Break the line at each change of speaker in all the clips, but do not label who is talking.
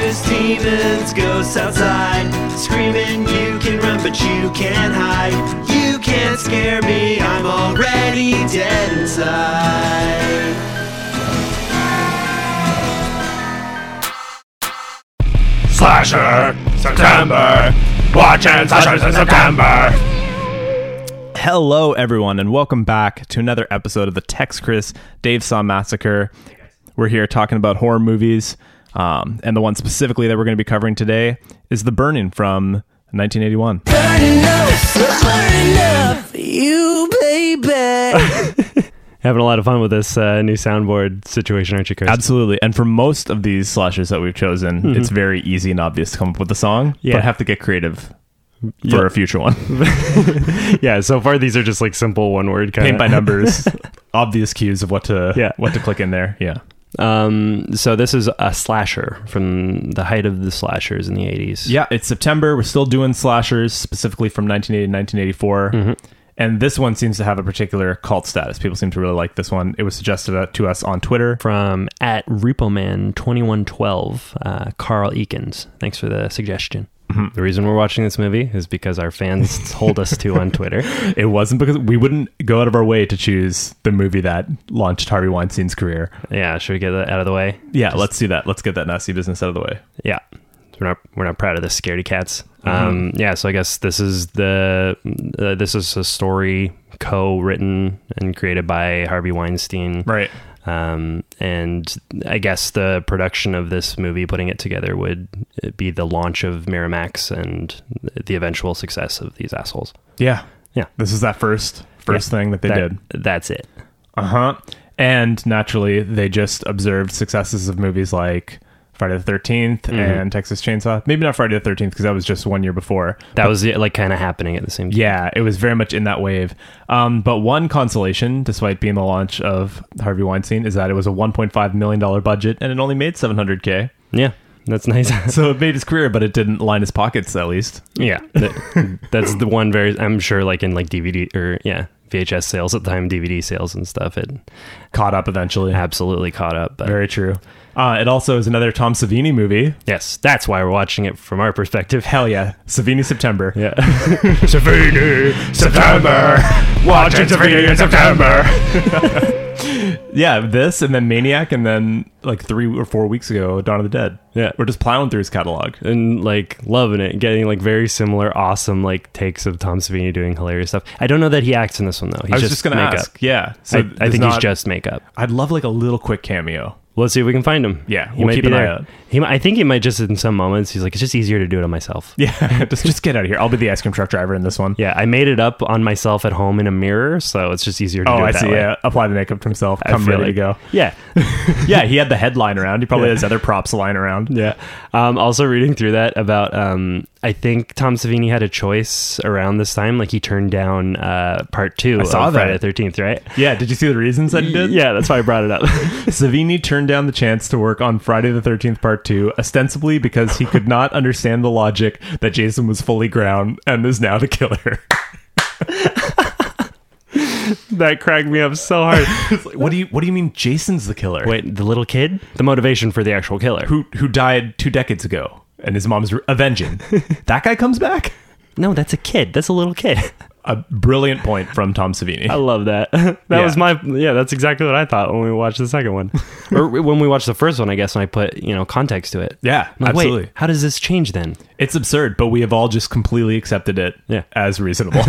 Those demons, ghosts outside, screaming, you can run, but you can't hide. You can't scare me, I'm already dead inside.
Slasher September. Watching Slashers in September.
Hello, everyone, and welcome back to another episode of the Tex Chris Dave Saw Massacre. We're here talking about horror movies, um, and the one specifically that we're going to be covering today is The Burning from 1981.
You baby. Having a lot of fun with this uh, new soundboard situation, aren't you, Chris?
Absolutely. And for most of these slashers that we've chosen, it's very easy and obvious to come up with a song,
Mm-hmm. Yeah.
but have to get creative for
Yeah.
a future one.
yeah. So far, these are just like simple one-word kind
Paint by numbers, obvious cues of what to
Yeah.
what to click in there. Yeah.
Um, so this is a slasher from the height of the slashers in the '80s.
Yeah, it's September. We're still doing slashers, specifically from 1980 to 1984. And this one seems to have a particular cult status. People seem to really like this one. It was suggested uh, to us on Twitter.
From at RepoMan2112, uh, Carl Eakins. Thanks for the suggestion.
Mm-hmm.
The reason we're watching this movie is because our fans told us to on Twitter.
It wasn't because we wouldn't go out of our way to choose the movie that launched Harvey Weinstein's career.
Yeah, should we get that out of the way?
Yeah, let's do that. Let's get that nasty business out of the way.
Yeah. We're not we're not proud of the scaredy cats.
Mm-hmm.
Um, yeah, so I guess this is the uh, this is a story co-written and created by Harvey Weinstein.
Right.
Um, and I guess the production of this movie, putting it together, would be the launch of Miramax and the eventual success of these assholes.
Yeah.
Yeah.
This is that first first thing that they
That-
did.
That's it.
Uh huh. And naturally, they just observed successes of movies like Friday the 13th and Texas Chainsaw. Maybe not Friday the 13th because that was just one year before.
That was yeah, like kind of happening at the same time.
Yeah, it was very much in that wave. Um, but one consolation, despite being the launch of Harvey Weinstein, is that it was a $1.5 million budget and it only made 700K.
Yeah, that's nice.
So it made his career, but it didn't line his pockets, at least.
Yeah, that- that's the one very. I'm sure, like in like DVD or yeah VHS sales at the time, DVD sales and stuff, it
Caught up eventually.
absolutely caught up. But
Very true. Uh, it also is another Tom Savini movie.
yes, that's why we're watching it from our perspective.
Hell yeah. Savini September.
Yeah,
Savini, September. Watching Savini in September.
Yeah, this and then Maniac, and then like three or four weeks ago, Dawn of the Dead.
Yeah.
We're just plowing through his catalog.
and like loving it, getting like very similar, awesome like takes of Tom Savini doing hilarious stuff. I don't know that he acts in this one though. He's
I was just,
just,
going to
makeup.
ask. Yeah.
I, I
there's
think he's
not-
just makeup.
I'd love like a little quick cameo.
Let's see if we can find him.
Yeah,
he
we'll
might
keep
be
an eye
there.
out.
He, might- I think he might just in some moments. He's like, it's just easier to do it on myself.
Yeah. just, just get out of here. I'll be the ice cream truck driver in this one.
Yeah, I made it up on myself at home in a mirror, so it's just easier to
Oh,
do it
I
that
see.
way.
Yeah. Apply the makeup to himself.
I
Come
feel
ready to
like-
go.
Yeah,
Yeah. He had the headline around. He probably
Yeah.
has other props lying around.
yeah. Um, also, reading through that about, um, I think Tom Savini had a choice around this time. Like he turned down uh, part two.
I saw
of
that.
Friday the Thirteenth, right?
Yeah. Did you see the reasons that he did?
Yeah, that's why I brought it up.
Savini turned down the chance to work on Friday the 13th Part 2, ostensibly because he could not understand the logic that Jason was fully ground and is now the killer.
that cracked me up so hard.
It's like, what do you What do you mean Jason's the killer?
Wait, the little kid? The motivation for the actual killer?
who who died two decades ago, and his mom's re- avenging. that guy comes back.
No, that's a kid. That's a little kid.
A brilliant point from Tom Savini.
I love that. that
Yeah.
was my yeah. That's exactly what I thought when we watched the second one, or when we watched the first one. I guess when I put you know context to it.
Yeah,
I'm like, wait,
absolutely.
how does this change then?
It's absurd, but we have all just completely accepted it
Yeah.
as reasonable.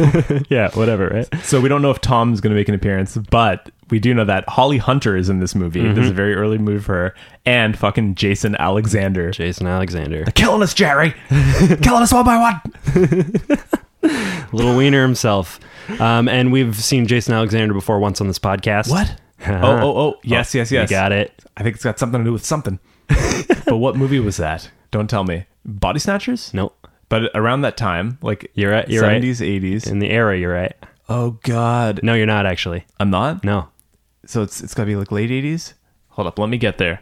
Yeah, whatever. Right.
so we don't know if Tom's going to make an appearance, but we do know that Holly Hunter is in this movie. This
Mm-hmm.
is a very early move for her, and fucking Jason Alexander.
Jason Alexander,
killing us, Jerry. killing us one by one.
little wiener himself, um, and we've seen Jason Alexander before once on this podcast.
What? Oh, oh, oh. Yes, yes, yes.
You got it.
I think it's got something to do with something. but what movie was that? Don't tell me. Body Snatchers?
Nope.
But around that time, like
You're right, you're right.
70s, 80s.
In the era, you're right.
Oh God,
No, you're not actually.
I'm not.
No.
So it's it's got to be like late 80s. Hold up, let me get there.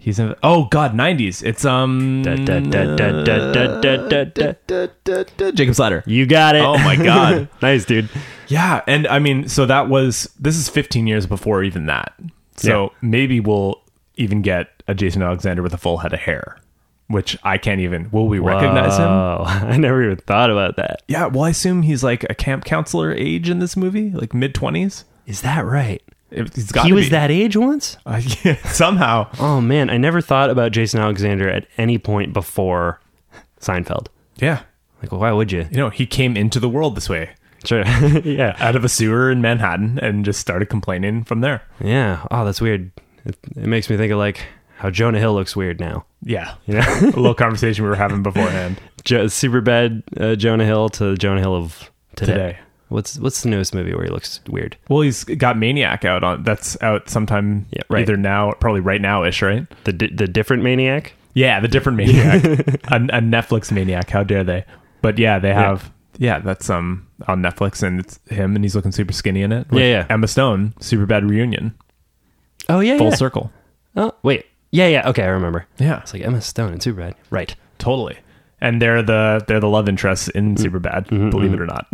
He's in. Oh God, 90s. It's um.
Da, da, da, da, da, da, da, da, da.
Jacob Slatter.
You got it.
Oh, my God.
nice, dude.
Yeah, and I mean, so that was this is 15 years before even that. So maybe we'll even get a Jason Alexander with a full head of hair. which I can't even. Will we recognize him?
Wow. I never even thought about that.
Yeah, well, I assume he's like a camp counselor age in this movie, like mid twenties.
Is that right?
He's got
he was that age once?
somehow.
Oh man, I never thought about Jason Alexander at any point before Seinfeld.
Yeah,
Like, why would you?
you know, he came into the world this way,
Sure. yeah.
out of a sewer in Manhattan, and just started complaining from there.
Yeah. Oh, that's weird. It, it makes me think of like how Jonah Hill looks weird now.
Yeah,
You know,
a little conversation we were having beforehand
jo- super bad uh, Jonah Hill to Jonah Hill of today.
today.
What's what's the newest movie where he looks weird?
Well, he's got Maniac out on that's out sometime
Yeah, right.
either now, probably right now ish, right?
The di- the different maniac.
Yeah, the different maniac, a, a Netflix maniac. How dare they? But yeah, they have. Yeah, that's um on Netflix, and it's him, and he's looking super skinny in it. with
Yeah, yeah.
Emma Stone, super bad reunion,
Oh yeah.
full
yeah.
circle.
Oh wait. Yeah yeah. Okay, I remember.
Yeah,
It's like Emma Stone and Superbad. Right.
totally. And they're the they're the love interests in
Mm-hmm.
Superbad. believe it or not,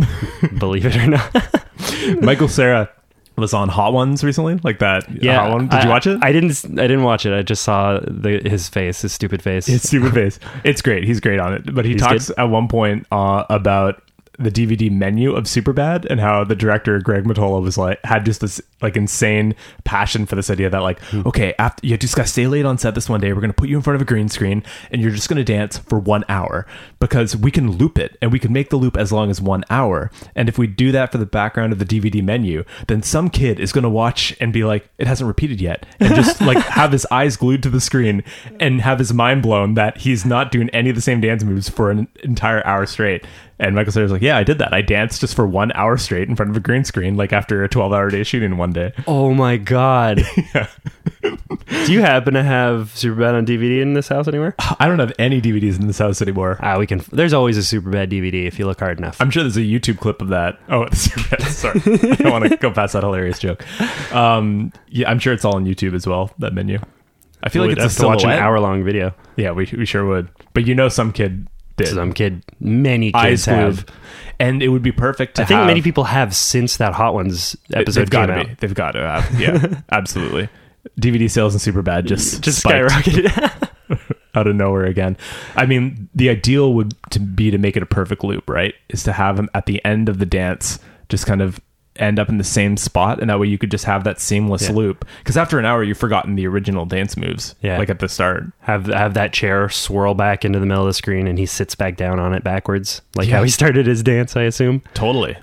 Believe it or not.
Michael Sarah was on Hot Ones recently, like that. Hot One. Did
I-
you watch it?
I didn't. s- I didn't watch it. I just saw the, his face, his stupid face.
His stupid face. It's great. He's great on it. But he talks at one point uh, about the DVD menu of Superbad and how the director Greg Matola was like had just this like insane passion for this idea that like okay after you just gotta stay late on set this one day we're gonna put you in front of a green screen and you're just gonna dance for one hour because we can loop it and we can make the loop as long as one hour and if we do that for the background of the DVD menu then some kid is gonna watch and be like it hasn't repeated yet and just like have his eyes glued to the screen and have his mind blown that he's not doing any of the same dance moves for an entire hour straight. And Michael Cera's like, yeah, I did that. I danced just for one hour straight in front of a green screen, like after a 12 hour day shooting one day.
oh my god. Do you happen to have Superbad on DVD in this house anywhere?
I don't have any DVDs in this house anymore.
Ah, we can. There's always a Superbad DVD if you look hard enough.
I'm sure there's a YouTube clip of that. Oh, it's- sorry. I don't want to go past that hilarious joke. Um, yeah, I'm sure it's all on YouTube as well, that menu. I feel like
We'd
it's a
have to watch an
silhouette.
hour long video.
Yeah, we, we sure would. But you know, some kid did.
Some kid, many kids
eyes
have.
glued. And it would be perfect to
I think
have-
many people have since that Hot Ones episode
They've got
came
to
out.
be. They've got to have. Yeah, absolutely. DVD sales and super bad just
Just
spiked
skyrocketed.
out of nowhere again. I mean, the ideal would to be to make it a perfect loop, right? Is to have them at the end of the dance just kind of end up in the same spot, and that way you could just have that seamless
Yeah.
loop. Because after an hour, you've forgotten the original dance moves,
Yeah.
like at the start.
have have that chair swirl back into the middle of the screen, and he sits back down on it backwards, like
Yeah.
how he started his dance. I assume.
Totally.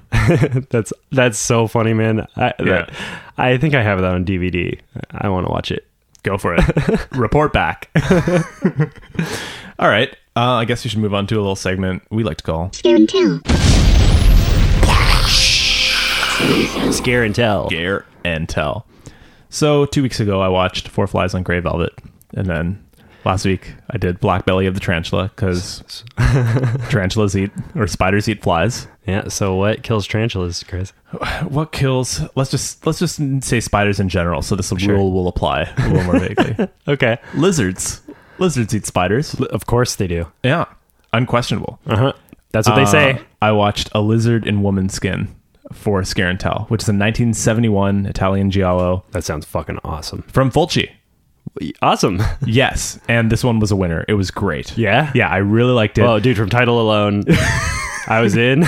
That's that's so funny, man. I,
Yeah.
that- I think I have that on DVD. I want to watch it.
Go for it. Report back. All right. Uh, I guess we should move on to a little segment we like to call
Scary Tale.
Scare and tell.
Dare and Tell. So two weeks ago, I watched Four Flies on Grey Velvet, and then last week I did Black Belly of the Tarantula because tarantulas eat or spiders eat flies.
Yeah. So what kills tarantulas, Chris?
What kills? Let's just let's just say spiders in general. So this rule will apply a little more vaguely.
Okay.
Lizards, lizards eat spiders. Ah.
Of course they do.
Yeah, unquestionable.
Uh huh. That's what they
Uh,
say.
I watched A Lizard in Woman's Skin for Scare and Tell, which is a 1971 Italian giallo
That sounds fucking awesome.
from Fulci.
Awesome.
Yes, and this one was a winner. It was great.
Yeah.
yeah, I really liked it.
Whoa, dude! From title alone, I was in.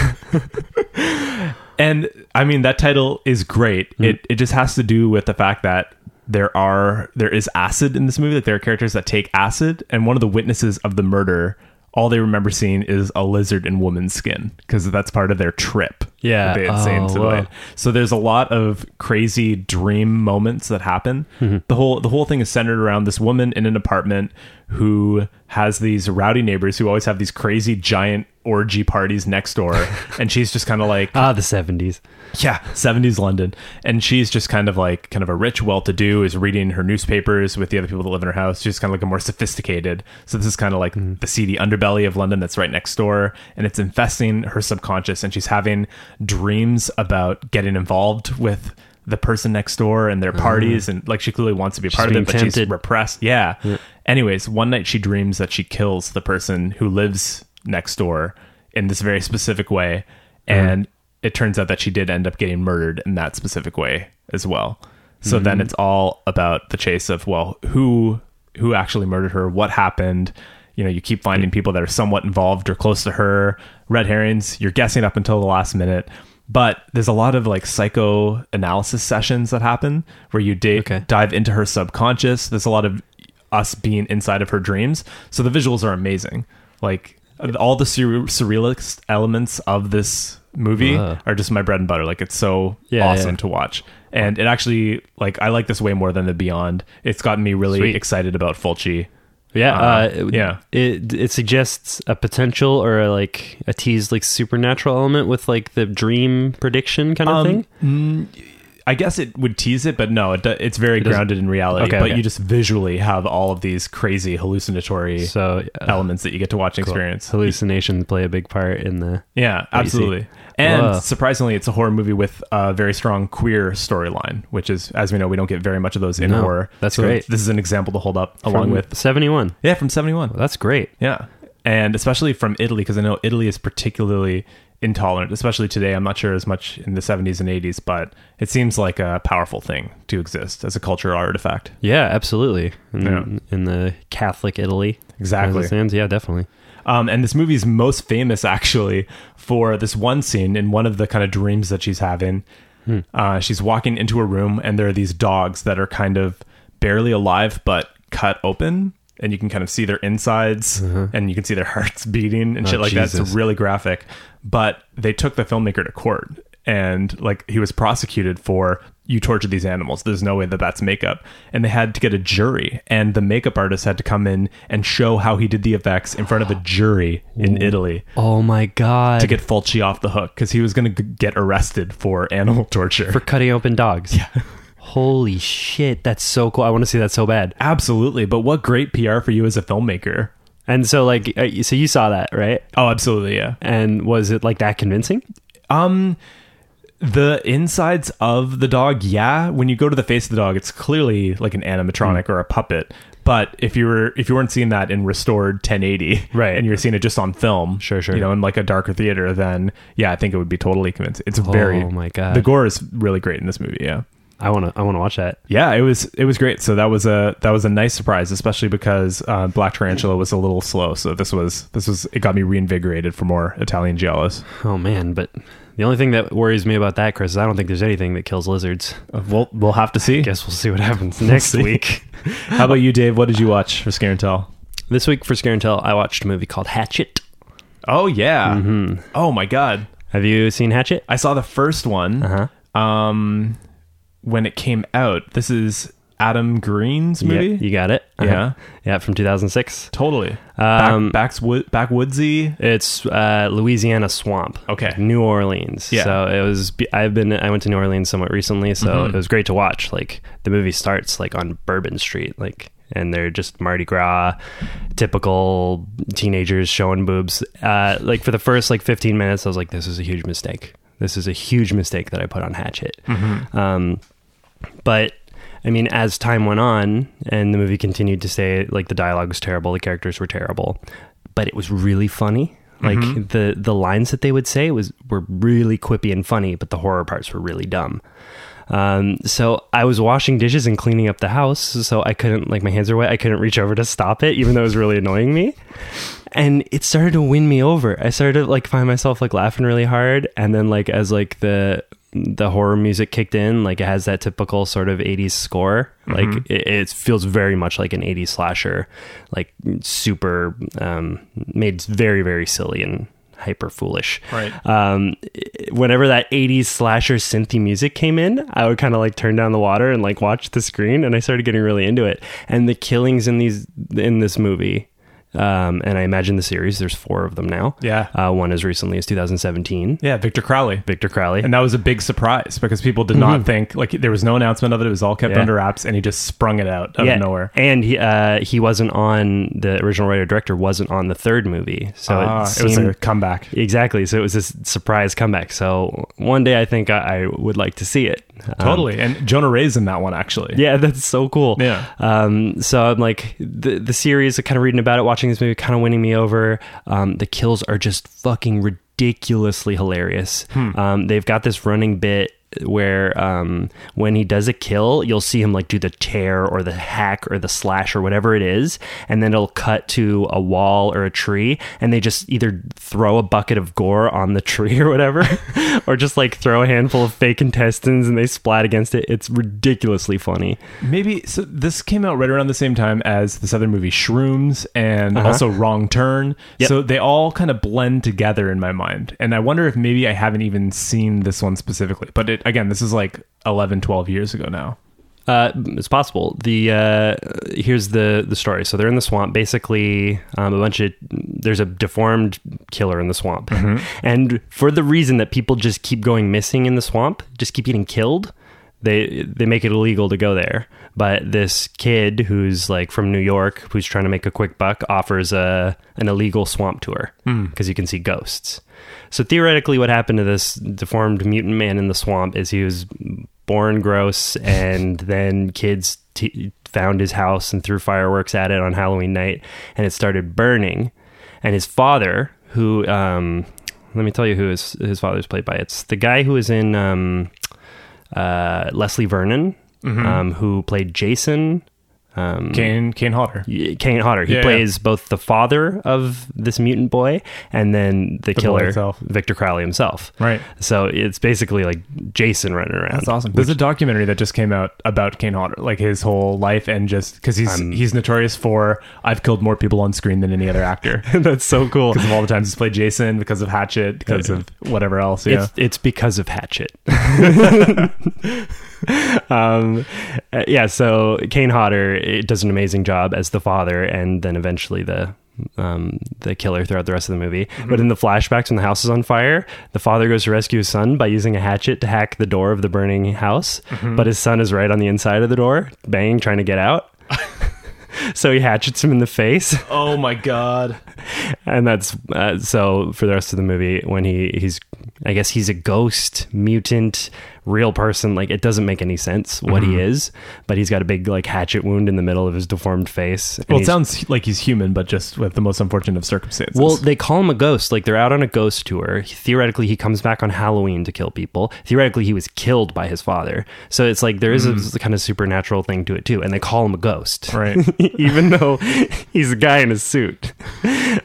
and I mean that title is great.
Mm-hmm.
It it just has to do with the fact that there are there is acid in this movie. Like there are characters that take acid, and one of the witnesses of the murder, all they remember seeing is a lizard in woman's skin because that's part of their trip.
Yeah.
that they had seen
Oh,
to the
wow.
land. So there's a lot of crazy dream moments that happen.
Mm-hmm.
The whole the whole thing is centered around this woman in an apartment who has these rowdy neighbors who always have these crazy giant orgy parties next door and she's just kind of like
Ah, the seventies.
yeah 70s london and she's just kind of like kind of a rich well-to-do is reading her newspapers with the other people that live in her house she's kind of like a more sophisticated so this is kind of like the seedy underbelly of london that's right next door and it's infesting her subconscious and she's having dreams about getting involved with the person next door and their parties and like she clearly wants to be a part of
being
it but she's
tempted.
repressed yeah anyways one night she dreams that she kills the person who lives next door in this very specific way and it turns out that she did end up getting murdered in that specific way as well. So then it's all about the chase of well, who who actually murdered her, what happened, you know you keep finding people that are somewhat involved or close to her red herrings you're guessing up until the last minute but there's a lot of like psychoanalysis sessions that happen where you da-
Okay.
dive into her subconscious there's a lot of us being inside of her dreams so the visuals are amazing like all the sur- surrealist elements of this movie
Wow.
are just my bread and butter like it's so
Yeah,
awesome
yeah.
to watch and it actually like i like this way more than the beyond it's gotten me really
Sweet.
excited about fulci
Yeah,
Uh,
uh, it-
yeah.
It it suggests a potential or a, like a teased like supernatural element with like the dream prediction kind of
Um,
thing.
I guess it would tease it, but no, it, do- it's very
doesn't-
grounded in reality.
Okay,
but
okay.
you just visually have all of these crazy hallucinatory
So uh,
elements that you get to watch and experience.
hallucinations play a big part in the.
Yeah,
you see.
absolutely. And
Whoa.
surprisingly, it's a horror movie with a very strong queer storyline, which is, as we know, we don't get very much of those in
No,
horror.
that's
so
great.
This is an example to hold up along with.
seventy one.
Yeah, from 71.
That's great.
Yeah. And especially from Italy, because I know Italy is particularly intolerant, especially today. I'm not sure as much in the 70s and 80s, but it seems like a powerful thing to exist as a cultural artifact.
Yeah, absolutely. In,
Yeah.
in the Catholic Italy,
Exactly.
as it stands. Yeah, definitely.
Um, and this movie's most famous actually for this one scene in one of the kind of dreams that she's having. Uh, she's walking into a room, and there are these dogs that are kind of barely alive but cut open, and you can kind of see their insides, and you can see their hearts beating and shit like that. It's
Jesus.
really graphic. But they took the filmmaker to court, and like he was prosecuted for you tortured these animals. There's no way that that's makeup, and they had to get a jury, and the makeup artist had to come in and show how he did the effects in front of a jury in Italy
Oh my god!
to get Fulci off the hook because he was going to get arrested for animal torture.
for cutting open dogs. Yeah. Holy shit! That's so cool. I want to see that so bad.
absolutely, but what great PR for you as a filmmaker.
And so like, uh, so you saw that right?
Oh, absolutely, yeah.
And was it like that convincing?
Um, the insides of the dog, yeah. When you go to the face of the dog, it's clearly like an animatronic or a puppet. But if you were if you weren't seeing that in restored 1080,
Right.
and you're seeing it just on film,
Sure, sure.
you know, in like a darker theater, then yeah, I think it would be totally convincing. It's very,
Oh my God.
the gore is really great in this movie, yeah.
I want to. I want to watch that.
yeah it was it was great so that was a that was a nice surprise especially because uh, black tarantula was a little slow so this was this was it got me reinvigorated for more italian giallos
Oh man, but the only thing that worries me about that, Chris, is I don't think there's anything that kills lizards.
Uh, we'll we'll have to see
Guess we'll see what happens next
see.
week.
how about you dave what did you watch for scare and tell
This week for Scare and Tell, I watched a movie called Hatchet.
oh yeah
Mm-hmm.
oh my god
Have you seen Hatchet?
i saw the first one
Uh-huh.
um when it came out this is adam green's movie
Yeah, you got it.
Yeah.
yeah, from 2006.
totally
Um,
Back, backswood, backwoodsy
It's uh, Louisiana swamp.
Okay.
New Orleans.
Yeah.
So it was. I've been. I went to New Orleans somewhat recently, so
Mm-hmm.
it was great to watch. Like the movie starts like on Bourbon Street, like, and they're just Mardi Gras, typical teenagers showing boobs. Uh, like for the first like 15 minutes, I was like, this is a huge mistake. This is a huge mistake that I put on Hatchet.
Mm-hmm.
Um, but I mean, as time went on and the movie continued to stay, like the dialogue was terrible, the characters were terrible, but it was really funny. Like the the lines that they would say was were really quippy and funny, but the horror parts were really dumb. Um, so I was washing dishes and cleaning up the house, so I couldn't like my hands are wet. I couldn't reach over to stop it, even though it was really annoying me. And it started to win me over. I started to like find myself like laughing really hard, and then like as like the the horror music kicked in, like it has that typical sort of '80s score. Like it, it feels very much like an '80s slasher, like super um, made very very silly and hyper foolish
Right.
um, whenever that 80s slasher synthy music came in, I would kind of like turn down the water and like watch the screen and I started getting really into it. And the killings in these in this movie um, and I imagine the series, there's four of them now.
Yeah.
Uh, one as recently as 2017.
yeah victor crowley
Victor Crowley.
And that was a big surprise because people did not think like there was no announcement of it. It was all kept
Mm-hmm. Yeah.
under wraps, and he just sprung it out out of nowhere.
And he uh, he wasn't on the original writer director wasn't on the third movie. So
Ah,
Oh, it,
it,
seemed,
was a comeback.
Exactly. So it was this surprise comeback. So one day I think I, I would like to see it. Um,
Totally. And Jonah Ray's in that one actually.
Yeah, that's so cool.
Yeah.
Um, so I'm like the the series, kind of reading about it, watching this movie, kind of winning me over. Um, the kills are just fucking ridiculously hilarious. Um, they've got this running bit. where um, when he does a kill, you'll see him like do the tear or the hack or the slash or whatever it is, and then it'll cut to a wall or a tree, and they just either throw a bucket of gore on the tree or whatever, or just like throw a handful of fake intestines and they splat against it. It's ridiculously funny.
Maybe so. This came out right around the same time as this other movie, Shrooms, and also Wrong Turn.
Uh-huh. Yep.
So they all kind of blend together in my mind. And I wonder if maybe I haven't even seen this one specifically. But it, again, this is like 11, 12 years ago now.
Uh, it's possible. The uh, here's the the story. So they're in the swamp. Basically, um, a bunch of there's a deformed killer in the swamp, and for the reason that people just keep going missing in the swamp, just keep getting killed. They they make it illegal to go there. But this kid who's like from New York, who's trying to make a quick buck, offers a an illegal swamp tour because you can see ghosts. So theoretically, what happened to this deformed mutant man in the swamp is he was born gross, and then kids t- found his house and threw fireworks at it on Halloween night, and it started burning. And his father, who um, let me tell you who his his father's played by. It's the guy who is in um, uh, Leslie Vernon,
Mm-hmm.
um, who played Jason. Um,
Kane, Kane Hodder.
Kane Hodder. He
Yeah, yeah.
plays both the father of this mutant boy and then the, killer,
itself.
Victor Crowley himself.
Right.
So it's basically like Jason running around.
That's awesome. There's a documentary that just came out about Kane Hodder, like his whole life and just because he's he's notorious for I've killed more people on screen than any other actor
That's so cool.
because of all the times he's played Jason, because of Hatchet, because of whatever else. Yeah.
It's, it's because of Hatchet. um, uh, yeah, so Kane Hodder it does an amazing job as the father and then eventually the um, the killer throughout the rest of the movie. But in the flashbacks when the house is on fire, the father goes to rescue his son by using a hatchet to hack the door of the burning house. But his son is right on the inside of the door, banging, trying to get out. so he hatchets him in the face
oh my god.
and that's uh, so for the rest of the movie when he he's i guess he's a ghost mutant real person like it doesn't make any sense what he is but he's got a big like hatchet wound in the middle of his deformed face and
Well, it
he's-
sounds like he's human, but just with the most unfortunate of circumstances.
well, they call him a ghost. Like they're out on a ghost tour. Theoretically, he comes back on Halloween to kill people. Theoretically, he was killed by his father. So it's like there is a kind of supernatural thing to it too. And they call him a ghost.
Hmm. right.
even though he's a guy in a suit.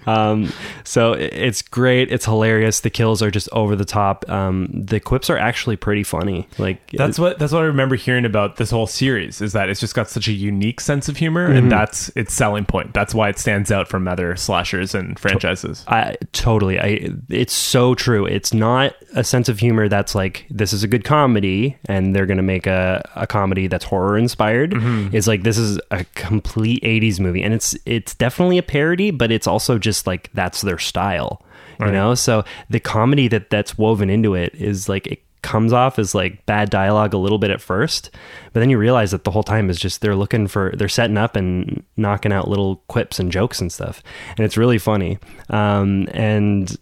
Um, so i- it's great. It's hilarious. The kills are just over the top. Um, the quips are actually pretty funny. Like
That's what that's what I remember hearing about this whole series is that it's just got such a unique sense of humor and that's its selling point. That's why it stands out from other slashers and franchises.
I totally. I it's so true. It's not a sense of humor that's like this is a good comedy and they're going to make a, a comedy that's horror inspired. It's like this is a complete 80s movie and it's it's definitely a parody but it's also just like that's their style. You know? So the comedy that that's woven into it is like it comes off as like bad dialogue a little bit at first, but then you realize that the whole time is just they're looking for they're setting up and knocking out little quips and jokes and stuff, and it's really funny. Um, and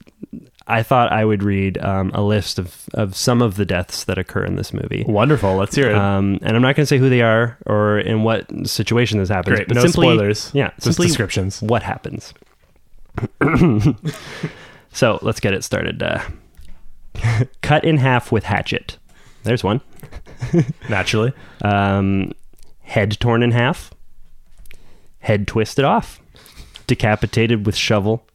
I thought I would read um, a list of of some of the deaths that occur in this movie.
Wonderful. Let's hear it.
Um, and I'm not going to say who they are or in what situation this happens.
Great. No spoilers.
Yeah,
Just descriptions.
What happens? so let's get it started. Uh, cut in half with hatchet. There's one.
Naturally.
Um, head torn in half. Head twisted off. Decapitated with shovel.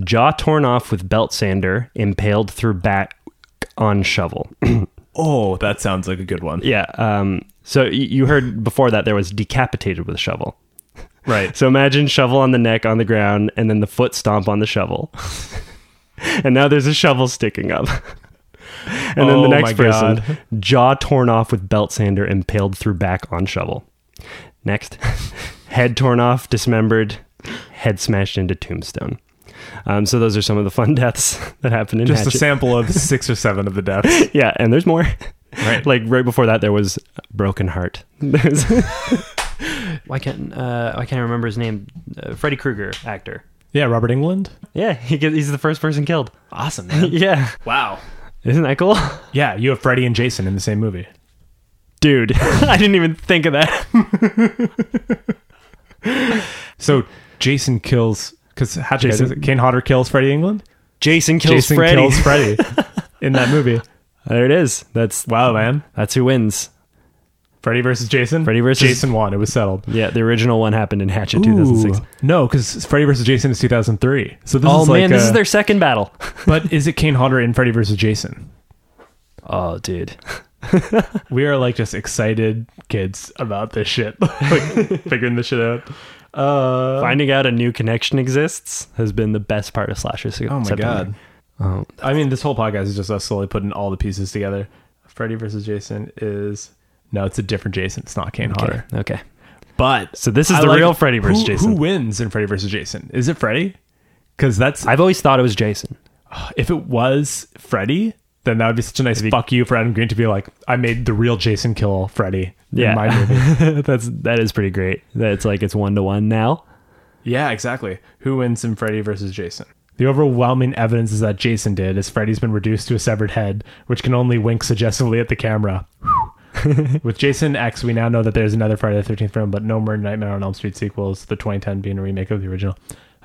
Jaw torn off with belt sander. Impaled through back on shovel.
Oh, that sounds like a good one.
Yeah. Um, so y- you heard before that there was decapitated with shovel.
Right.
So imagine shovel on the neck on the ground, and then the foot stomp on the shovel. and now there's a shovel sticking up. and then
Oh
the next
my
person,
God.
jaw torn off with belt sander, impaled through back on shovel. Next, head torn off, dismembered, head smashed into tombstone. Um, so those are some of the fun deaths that happened in
Just a
Hatchet.
sample of six or seven of the deaths.
Yeah, and there's more.
Right.
like right before that, there was Broken Heart. There's why can't uh, I can't I remember his name? Uh, Freddy Krueger actor.
Yeah, Robert England.
Yeah, he gets, he's the first person killed.
Awesome, man.
Yeah,
wow.
isn't that cool,
Yeah, you have Freddy and Jason in the same movie.
dude? I didn't even think of that.
So Jason kills because Hatchet Kane Hodder kills Freddy England.
Jason kills
Jason
Freddy.
kills Freddy in that movie.
There it is. That's
Wow, man.
that's who wins.
Freddy versus Jason.
Freddy versus-
Jason won. It was settled.
Yeah, the original one happened in Hatchet 2006.
Ooh. No, because Freddy versus Jason is 2003. So this
Oh
is
man,
like
this
a-
is their second battle.
But is it Kane Hodder in Freddy versus Jason?
Oh, dude.
We are like just excited kids about this shit, like figuring this shit out. Uh,
Finding out a new connection exists has been the best part of Slasher Se-
oh my
September.
god! I mean, this whole podcast is just us slowly putting all the pieces together. Freddy versus Jason is no, it's a different Jason. It's not Kane Hodder.
Okay. okay.
But
So this is the real Freddy versus
who-
Jason.
Who wins in Freddy versus Jason? Is it Freddy? Because that's
I've always thought it was Jason.
if it was Freddy, then that would be such a nice fuck you for Adam Green to be like, I made the real Jason kill Freddy
Yeah.
in my movie.
That's that is pretty great. That's like it's one to one now.
yeah, exactly. Who wins in Freddy versus Jason? The overwhelming evidence is that Jason did, as Freddy's been reduced to a severed head, which can only wink suggestively at the camera. With Jason X, we now know that there's another Friday the 13th film, but no more Nightmare on Elm Street sequels, the 2010 being a remake of the original.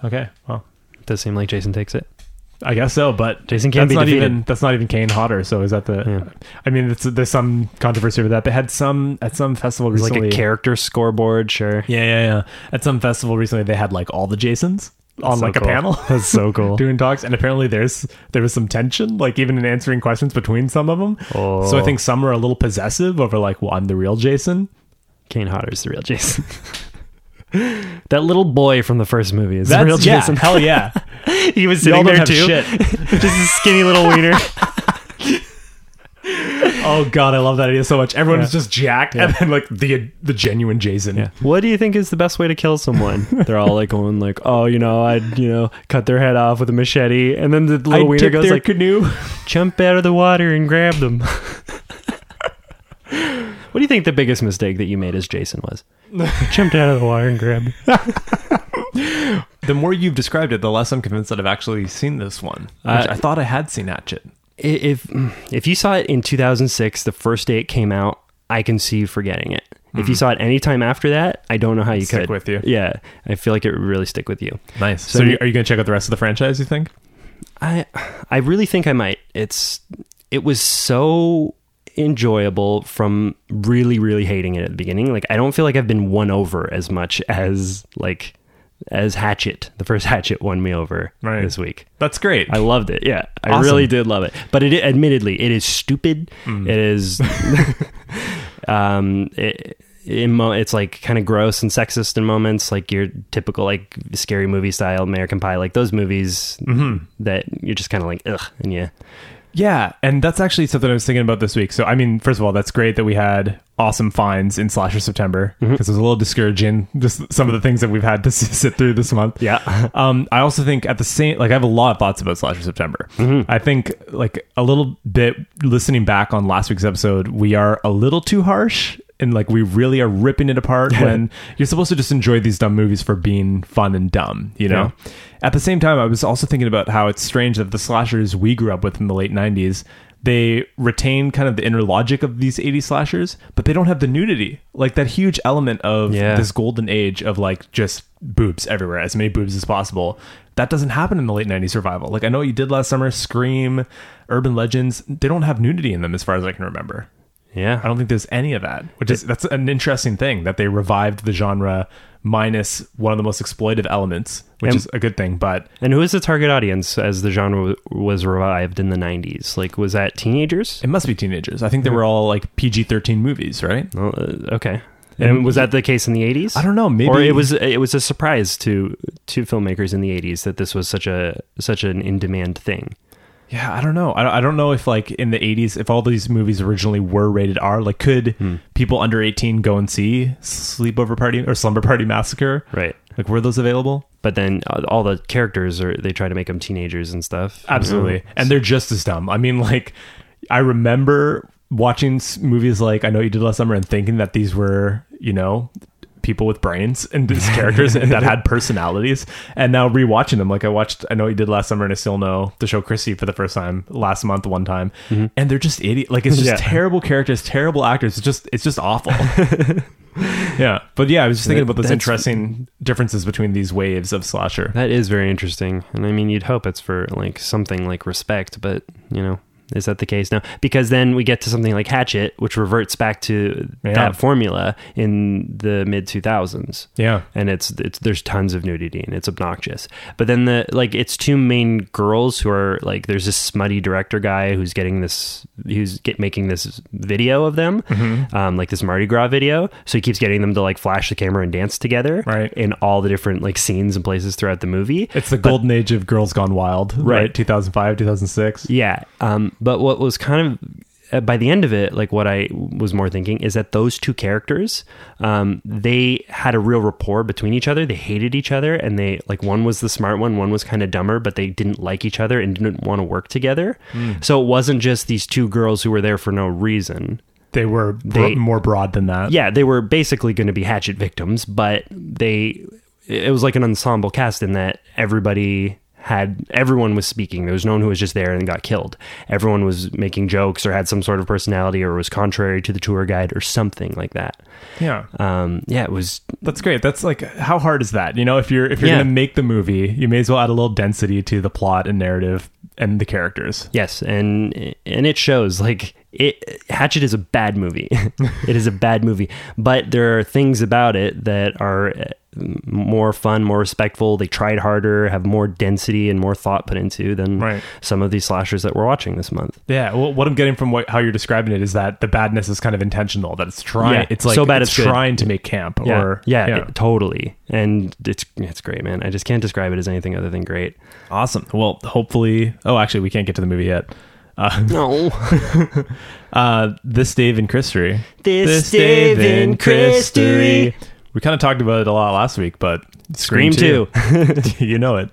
Okay, well,
Does seem like Jason takes it.
I guess so, but
Jason can't
that's
be
not
defeated.
even that's not even Kane Hodder. So is that the? I mean, it's, there's some controversy over that. They had some at some festival
It's like
recently.
a character scoreboard, sure.
yeah, yeah, yeah. At some festival recently, they had like all the Jasons on
so
like
cool.
a panel.
That's so cool.
doing talks, and apparently there's there was some tension, like even in answering questions between some of them.
Oh.
So I think some are a little possessive over like, well, I'm the real Jason.
Kane Hodder's the real Jason. that little boy from the first movie is the real
yeah,
Jason.
hell yeah.
he was
Y'all
sitting
don't
there
have
too.
shit.
Just a skinny little wiener.
Oh god, I love that idea so much. Everyone is just jacked, and then like the the genuine Jason.
what do you think is the best way to kill someone? They're all like going like, oh, you know, I'd you know cut their head off with a machete, and then the little
I
wiener
tip
goes
their
like,
canoe.
jump out of the water and grab them. what do you think the biggest mistake that you made as Jason was? Jumped out of the water and grabbed.
The more you've described it, the less I'm convinced that I've actually seen this one. Which
Uh,
I thought I had seen Hatchet.
if if you saw it in 2006, the first day it came out, I can see you forgetting it. If you saw it any time after that, I don't know how you
Mm-hmm. Stick
could.
with you.
Yeah, I feel like it would really stick with you.
Nice. So,
So
you-
you-
are you going to check out the rest of the franchise? You think?
I I really think I might. It's it was so enjoyable from really really hating it at the beginning. Like I don't feel like I've been won over as much as like as Hatchet. The first Hatchet won me over
Right.
this week.
That's great.
I loved it. Yeah, I
Awesome.
really did love it. But it admittedly, it is stupid.
Mm.
It is, um, it, in mo- it's like kind of gross and sexist in moments, like your typical like scary movie style American Pie, like those movies
Mm-hmm.
that you're just kind of like ugh, and yeah,
yeah, and that's actually something I was thinking about this week. So I mean, first of all, that's great that we had awesome finds in Slasher September because it was a little discouraging just some of the things that we've had to sit through this month.
yeah.
Um, I also think at the same, like I have a lot of thoughts about Slasher September. I think like a little bit listening back on last week's episode, we are a little too harsh and like we really are ripping it apart when you're supposed to just enjoy these dumb movies for being fun and dumb, you know? At the same time, I was also thinking about how it's strange that the slashers we grew up with in the late 90s, they retain kind of the inner logic of these 80s slashers, but they don't have the nudity. Like that huge element of
Yeah.
this golden age of like just boobs everywhere, as many boobs as possible. That doesn't happen in the late 90s survival. Like I know what you did last summer, Scream, Urban Legends, they don't have nudity in them as far as I can remember.
yeah.
I don't think there's any of that, which is that's an interesting thing that they revived the genre minus one of the most exploitive elements, which
And-
is a good thing, but
and who is the target audience as the genre w- was revived in the '90s? Like, was that teenagers?
it must be teenagers. I think they were all like PG-13 movies, right?
Well, uh, okay. And was that the case in the 80s?
I don't know, maybe-
Or it was it was a surprise to to filmmakers in the 80s that this was such a such an in demand thing.
Yeah, I don't know. I don't, I don't know if like in the 80s if all these movies originally were rated R, like could people under 18 go and see Sleepover Party or Slumber Party Massacre?
Right.
Like were those available?
But then uh, all the characters are they try to make them teenagers and stuff.
Absolutely. And they're just as dumb. I mean, like, I remember watching s- movies like I Know What You Did Last Summer and thinking that these were, you know, people with brains and these characters and that had personalities. And now rewatching them, like I watched I Know What You Did Last Summer and I Still Know the show Chrissy for the first time last month, one time. And they're just idiot. Like, it's just
Mm-hmm. Yeah.
terrible characters, terrible actors. It's just, it's just awful. yeah. But yeah, I was just thinking
That-
about those
that's-
interesting differences between these waves of slasher.
That is very interesting. And I mean, you'd hope it's for like something like respect, but you know, Is that the case now? Because then we get to something like Hatchet, which reverts back to
Yeah.
that formula in the mid 2000s
Yeah.
and it's it's there's tons of nudity and it's obnoxious. But then the like it's two main girls who are like there's this smutty director guy who's getting this who's get making this video of them,
Mm-hmm.
um, like this Mardi Gras video. So he keeps getting them to like flash the camera and dance together,
Right.
In all the different like scenes and places throughout the movie.
It's the golden age of Girls Gone Wild, right?
Right.
2005, 2006.
Yeah. Um, but what was kind of uh, by the end of it, like what I was more thinking is that those two characters, um, they had a real rapport between each other. They hated each other, and they like one was the smart one, one was kind of dumber, but they didn't like each other and didn't want to work together. So it wasn't just these two girls who were there for no reason.
They were bro-
They-
more broad than that.
Yeah, they were basically going to be hatchet victims, but they it was like an ensemble cast in that everybody had everyone was speaking. There was no one who was just there and got killed. Everyone was making jokes or had some sort of personality or was contrary to the tour guide or something like that.
Yeah.
Um, yeah, it was
That's great. That's like how hard is that? You know, if you're if you're
Yeah.
going to make the movie, you may as well add a little density to the plot and narrative and the characters.
yes, and and it shows like it Hatchet is a bad movie. it is a bad movie, but there are things about it that are uh, more fun, more respectful. They tried harder, have more density and more thought put into than
Right.
some of these slashers that we're watching this month.
Yeah. Well, what I'm getting from what, how you're describing it is that the badness is kind of intentional. That it's trying.
Yeah.
It's like
So bad
it's
it's good.
trying to make camp.
Yeah,
Or
yeah, it- totally. And it's it's great, man. I just can't describe it as anything other than great.
awesome. Well, hopefully. Oh, actually, we can't get to the movie yet. Uh,
No,
uh, this Dave and Christery.
This Dave and Christery.
We kind of talked about it a lot last week, but
Scream two.
you know it.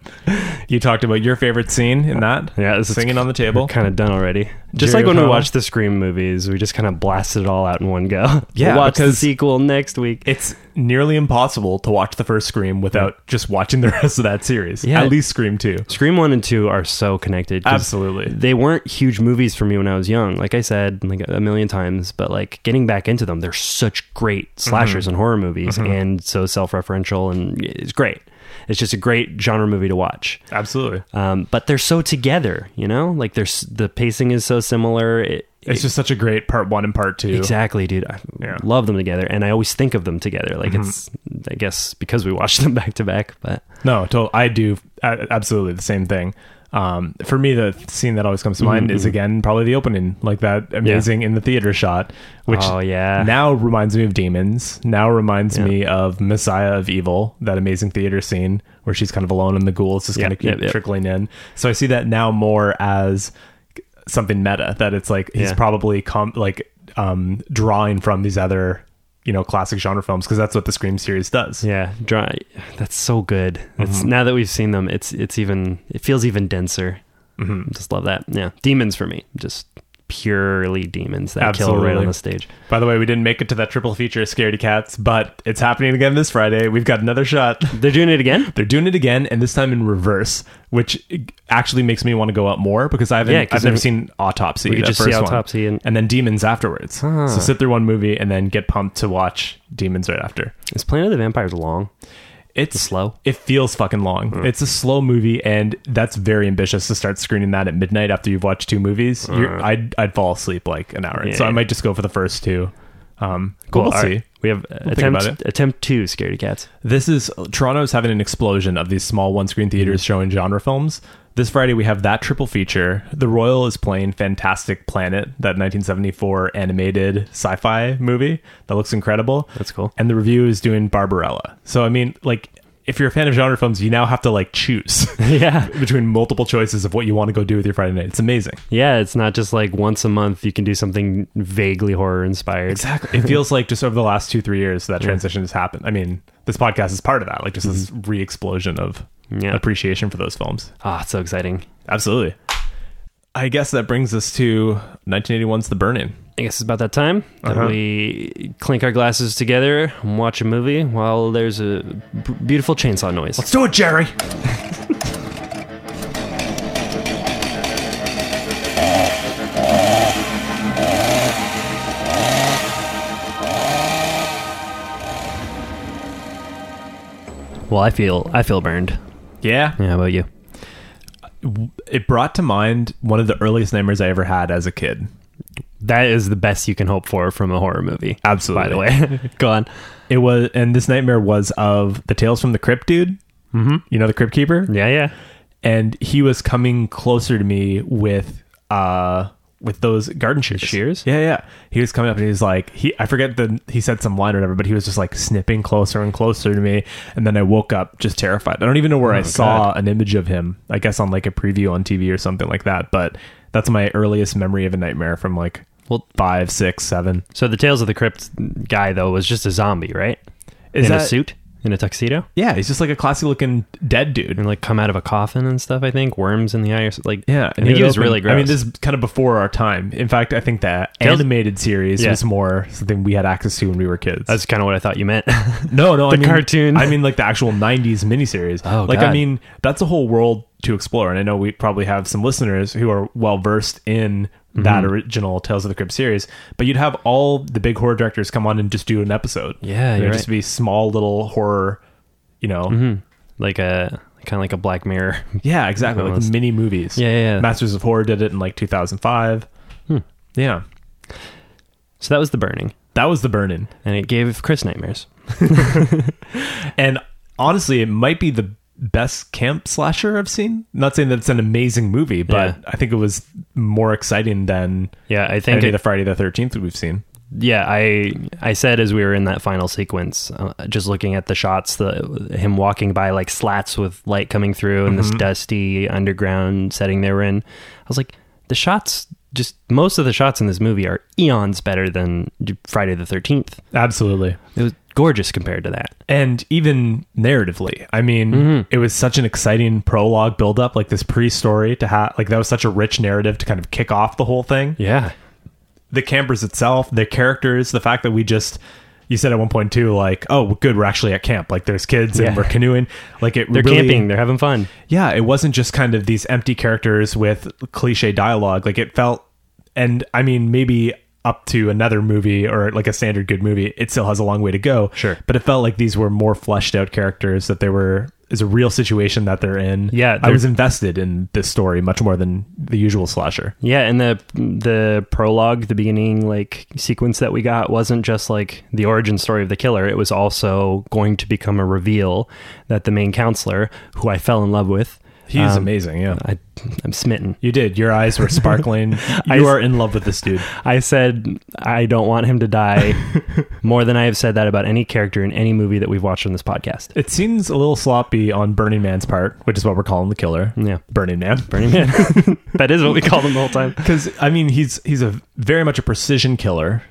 You talked about your favorite scene in that.
Yeah, this is-
singing on the table.
kind of done already. Just
Jerry
like when we
O'Connell.
watched the Scream movies, we just kind of blasted it all out in one go.
Yeah,
we'll watch the
because-
sequel next week.
It's nearly impossible to watch the first Scream without just watching the rest of that series.
Yeah.
At least Scream two.
Scream one and two are so connected. 'cause
Absolutely.
they weren't huge movies for me when I was young. Like I said, like a million times, but like getting back into them, they're such great slashers and horror movies, and so self-referential, and it's great. It's just a great genre movie to watch.
Absolutely.
Um, but they're so together, you know. Like there's the pacing is so similar. It,
It's just such a great part one and part two.
Exactly, dude. I
Yeah. Mm-hmm.
love them together, and I always think of them together. Like it's, I guess, because we watch them back to back. But
No, to- I do a- absolutely the same thing. Um, for me, the scene that always comes to
Mm-hmm.
mind is again probably the opening, like that amazing in the theater shot, which
Oh, yeah.
now reminds me of Demons. Now reminds me of Messiah of Evil, that amazing theater scene where she's kind of alone and the ghouls just
Yeah,
kind of keep
yep, yep.
trickling in. So I see that now more as something meta that it's like he's
Yeah.
probably com- like um, drawing from these other you know classic genre films because that's what the Scream series does.
yeah, dry. That's so good. It's
Mm-hmm.
now that we've seen them, it's it's even it feels even denser.
Mm-hmm.
Just love that. Yeah, demons for me, just purely demons that kill right
Absolutely.
on the stage.
By the way, we didn't make it to that triple feature of Scaredy Cats, but it's happening again this Friday. We've got another shot.
They're doing it again.
They're doing it again, and this time in reverse, which actually makes me want to go out more because I haven't,
Yeah, 'cause
I've never
then
seen Autopsy.
we could
that
just see
first one.
Autopsy Ah. and-
then Demons afterwards. So sit through one movie and then get pumped to watch Demons right after.
Is Planet of the Vampires long?
It's
slow? Mm.
It feels fucking long. It's a slow movie, and that's very ambitious to start screening that at midnight after you've watched two movies. You're, I'd I'd fall asleep like an hour, in.
Yeah,
so I
Mm. yeah.
might just go for the first two. Um, cool. We'll
all
see.
right. We have
about
attempt attempt two, scaredy cats.
This is Toronto's having an explosion of these small one screen theaters
Mm-hmm.
showing genre films. This Friday we have that triple feature. The Royal is playing Fantastic Planet, that 1974 animated sci-fi movie that looks incredible.
That's cool.
And the review is doing Barbarella. So I mean, like if you're a fan of genre films, you now have to like choose
Yeah.
between multiple choices of what you want to go do with your Friday night. It's amazing.
Yeah, it's not just like once a month you can do something vaguely horror inspired.
Exactly. It feels like just over the last 2-3 years that transition has happened. I mean, this podcast is part of that. Like just this re-explosion of
Mm-hmm. Yeah.
appreciation for those films.
Ah, it's so exciting.
Absolutely. I guess that brings us to 1981's The Burning.
I guess it's about that time that
Uh-huh.
we clink our glasses together and watch a movie while there's a b- beautiful chainsaw noise.
Let's do it, Jerry.
Well, I feel I feel burned.
Yeah.
Yeah, how about you?
it brought to mind one of the earliest nightmares I ever had as a kid.
That is the best you can hope for from a horror movie.
Absolutely.
By the way, go on.
It was, and this nightmare was of the Tales from the Crypt dude. Mm-hmm. You know the Crypt Keeper,
Yeah, yeah.
and he was coming closer to me with uh with those garden shears.
shears?
Yeah, yeah. He was coming up and he was like, he I forget the he said some line or whatever, but he was just like snipping closer and closer to me, and then I woke up just terrified. I don't even know where I saw an image of him. I guess on like a preview on TV or something like that. But that's my earliest memory of a nightmare from like
Well-
five, six, seven.
So the Tales of the Crypt guy though was just a zombie, right? in a
that-
suit, in a tuxedo,
Yeah, he's just like a classy looking dead dude.
and like come out of a coffin and stuff. I think worms in the eye, or so- like
Yeah,
I think he
would
was
open-
really gross.
I mean, this is kind of before our time. In fact, I think that
Tales-
animated series
Yeah.
was more something we had access to when we were kids.
that's kind of what I thought you meant.
no, no,
the
I mean,
cartoon.
I mean, like the actual '90s miniseries.
Oh,
like I
God.
mean, that's a whole world to explore. And I know we probably have some listeners who are well versed in that original Tales of the Crypt series. But you'd have all the big horror directors come on and just do an episode.
Yeah,
And it'd
you're
just
right.
be small little horror. You know,
like a kind of like a Black Mirror.
yeah, exactly, like
Almost.
mini movies.
Yeah, yeah, Hmm. yeah.
Masters of Horror did it in like 2005. Yeah.
So that was the burning,
That was the burn-in.
and it gave Chris nightmares.
And honestly, it might be the best camp slasher I've seen. not saying that it's an amazing movie, but
Yeah.
I think it was more exciting than
Yeah, I think
any
it-
of the Friday the 13th that we've seen.
yeah i i said as we were in that final sequence uh, just looking at the shots the him walking by like slats with light coming through and this dusty underground setting they were in i was like the shots just most of the shots in this movie are eons better than friday the 13th
Absolutely.
it was gorgeous compared to that
And even narratively, I mean,
Mm-hmm.
it was such an exciting prologue buildup, like this pre-story to have, like that was such a rich narrative to kind of kick off the whole thing.
yeah
the campers itself, the characters, the fact that we just you said at one point too, like, oh, good, we're actually at camp. Like, there's kids
Yeah.
and we're canoeing. Like, it
they're
really,
camping they're having fun
Yeah, it wasn't just kind of these empty characters with cliche dialogue. Like, it felt, and I mean, maybe up to another movie or like a standard good movie, it still has a long way to go.
Sure.
but it felt like these were more fleshed out characters that they were is a real situation that they're in.
Yeah,
I
they're-
was invested in this story much more than the usual slasher.
Yeah, and the the prologue, the beginning like sequence that we got wasn't just like the origin story of the killer. It was also going to become a reveal that the main counselor, who I fell in love with,
He's
um,
amazing. Yeah.
I, I'm smitten.
You did. Your eyes were sparkling.
I-
you are in love with this dude.
I said I don't want him to die more than I have said that about any character in any movie that we've watched on this podcast.
It seems a little sloppy on Burning Man's part, which is what we're calling the killer.
Yeah.
Burning Man.
Burning Man. that is what we called him the whole time.
Because I mean, he's he's a very much a precision killer.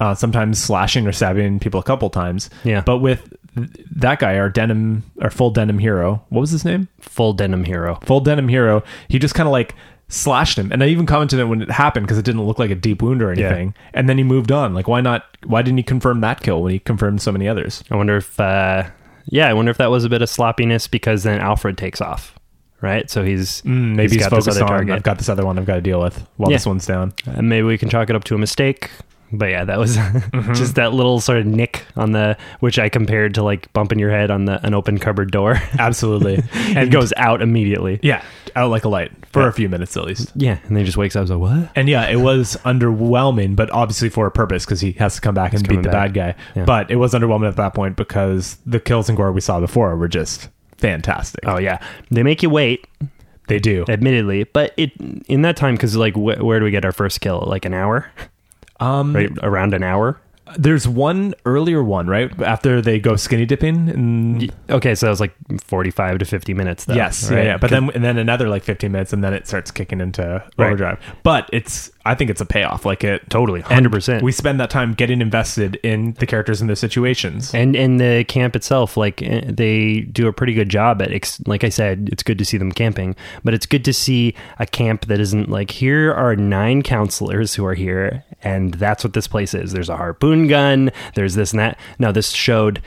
Uh, sometimes slashing or stabbing people a couple times.
Yeah.
But with th- that guy, our denim, our full denim hero. What was his name?
Full denim hero.
Full denim hero. He just kind of like slashed him, and I even commented on it when it happened because it didn't look like a deep wound or anything. And then he moved on. Like, why not? Why didn't he confirm that kill when he confirmed so many others?
I wonder if, uh, yeah, I wonder if that was a bit of sloppiness because then Alfred takes off, right? So he's
Mm, maybe he's,
got this
focused
other
on.
target.
I've got this other one I've got to deal with while
Yeah.
this one's down.
and maybe we can chalk it up to a mistake. But yeah, that was
Mm-hmm.
just that little sort of nick on the which I compared to like bumping your head on the an open cupboard door.
Absolutely,
and it goes out immediately.
yeah out like a light for
Yeah.
a few minutes at least.
Yeah, and then he just wakes up. I was like, what?
And yeah, it was underwhelming, but obviously for a purpose because he has to come back and beat
coming
the
back.
bad guy.
Yeah.
But it was underwhelming at that point because the kills and gore we saw before were just fantastic.
Oh yeah, they make you wait,
They do.
admittedly, but it in that time because like wh- where do we get our first kill? Like an hour,
Um,
right? Around an hour.
There's one earlier one right after they go skinny dipping. And,
Okay, so that was like forty-five to fifty minutes. Though,
yes,
right?
yeah, yeah. But then and then another like 15 minutes, and then it starts kicking into
Right.
overdrive. But it's I think it's a payoff. Like it
totally,
And
hundred percent.
We spend that time getting invested in the characters and their situations.
and and the camp itself like eh, they do a pretty good job at ex- like i said it's good to see them camping but it's good to see a camp that isn't like here are nine counselors who are here and that's what this place is there's a harpoon gun there's this and that no this showed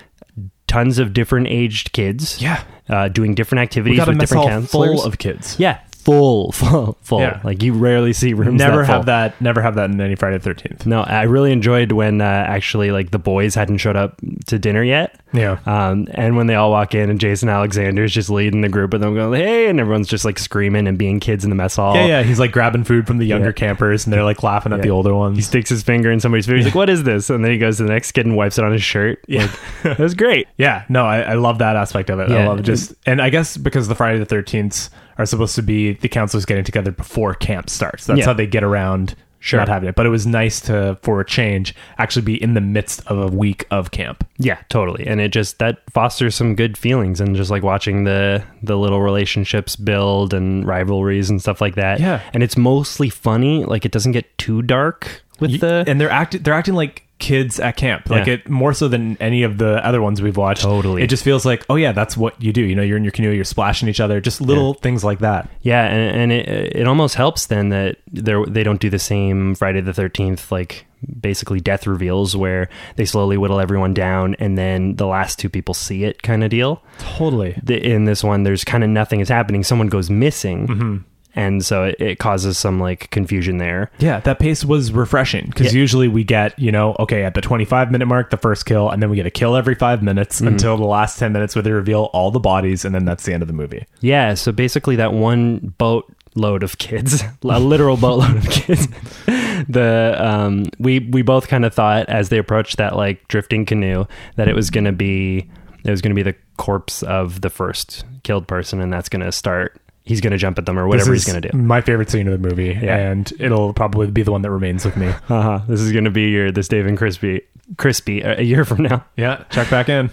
tons of different aged kids
Yeah.
uh, doing different
We
activities
got a
with
mess
different
hall
counselors
full of kids.
yeah full full full
Yeah.
like you rarely see rooms
Never
that full.
have that. Never have that in any Friday the Thirteenth.
No, I really enjoyed when uh, actually like the boys hadn't showed up to dinner yet,
Yeah.
Um, and when they all walk in, and Jason Alexander is just leading the group, and they're going, "Hey!" and everyone's just like screaming and being kids in the mess hall.
Yeah, yeah. He's like grabbing food from the younger
Yeah.
campers, and they're like laughing at the older
He
ones.
sticks his finger in somebody's face. He's like, "What is this?" And then he goes to the next kid and wipes it on his shirt.
Yeah.
Like, that was great.
Yeah, no, I, I love that aspect of it. I
Yeah.
love just, and I guess because the Friday the Thirteenth are supposed to be the counselors getting together before camp starts. That's
Yeah.
how they get around
Sure.
not having it. But it was nice to, for a change, actually be in the midst of a week of camp.
Yeah, totally. And it just that fosters some good feelings and just like watching the the little relationships build and rivalries and stuff like that.
Yeah.
And it's mostly funny, like it doesn't get too dark with the
and they're acting, they're acting like kids at camp, like
Yeah.
it more so than any of the other ones we've watched.
Totally.
it just feels like, oh yeah, that's what you do. You know, you're in your canoe, you're splashing each other, just little things like that.
Yeah, and, and it it almost helps then that they they don't do the same Friday the Thirteenth like basically death reveals where they slowly whittle everyone down and then the last two people see it kind of deal.
Totally.
The, in this one, there's kind of nothing is happening. Someone goes missing, and so it, it causes some like confusion there.
Yeah, that pace was refreshing because
Yeah.
usually we get, you know, okay, at the 25 minute mark, the first kill, and then we get a kill every five minutes
Mm-hmm.
until the last 10 minutes where they reveal all the bodies, and then that's the end of the movie.
Yeah, so basically that one boat load of kids, a literal boatload of kids. The um we we both kind of thought as they approached that like drifting canoe that it was going to be it was going to be the corpse of the first killed person and that's going to start he's going to jump at them or whatever he's
This is
going to do.
My favorite scene of the movie,
Yeah.
and it'll probably be the one that remains with me.
Uh-huh. This is going to be your this Dave and Crispy Crispy uh, a year from now.
yeah, check back in.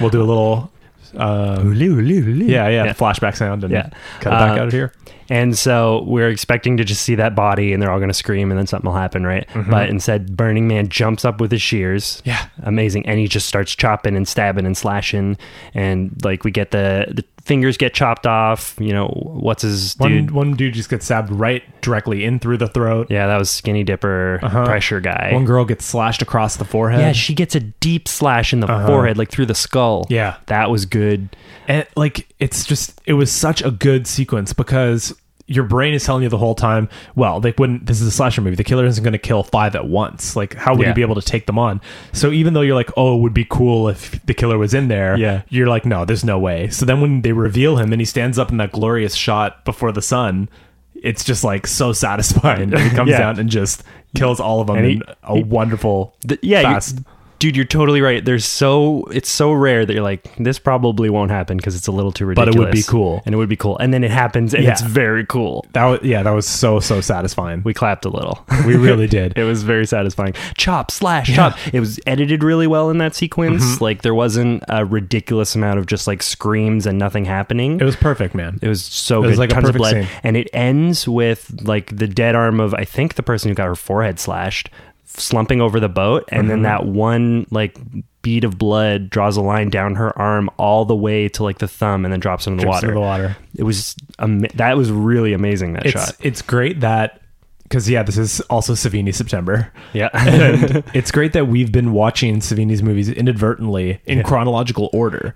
we'll do a little. Uh, yeah, yeah, flashback sound and
Yeah.
cut it back
Uh,
out of here.
And so we're expecting to just see that body and they're all going to scream and then something will happen, right? But instead, Burning Man jumps up with his shears.
Mm-hmm. Yeah.
Amazing. And he just starts chopping and stabbing and slashing. And like we get the, the fingers get chopped off. You know, what's his
One
dude?
one dude just gets stabbed right directly in through the throat.
Yeah, that was Skinny Dipper pressure guy.
Uh-huh. One girl gets slashed across the forehead.
yeah, she gets a deep slash in the forehead, like through the skull.
Uh-huh. Yeah.
That was good.
and like it's just it was such a good sequence because your brain is telling you the whole time well they wouldn't this is a slasher movie the killer isn't going to kill five at once like how would
Yeah.
you be able to take them on so even though you're like oh it would be cool if the killer was in there
Yeah.
you're like no there's no way so then when they reveal him and he stands up in that glorious shot before the sun it's just like so satisfying he comes
Yeah.
down and just kills all of them
And he-
in a wonderful
Th- yeah, you-
fast
dude, you're totally right. There's so it's so rare that you're like, this probably won't happen because it's a little too
it
ridiculous.
would be cool.
and it would be cool. And then it happens, and
Yeah.
it's very cool.
that was, yeah that was so so satisfying we,
We clapped a little.
we really did
it was very satisfying. Chop slash chop. It was edited really well in that sequence.
Mm-hmm.
Like there wasn't a ridiculous amount of just like screams and nothing happening.
it was perfect man
It was so
It was
good.
like a
Tons of
perfect
blood.
scene.
And it ends with like the dead arm of I think the person who got her forehead slashed slumping over the boat and then
Mm-hmm.
that one like bead of blood draws a line down her arm all the way to like the thumb and then drops into the
Drips
water.
into the water.
It was ama- that was really amazing that
it's
shot.
it's great that because yeah, this is also Savini September.
Yeah.
And it's great that we've been watching Savini's movies inadvertently in chronological order.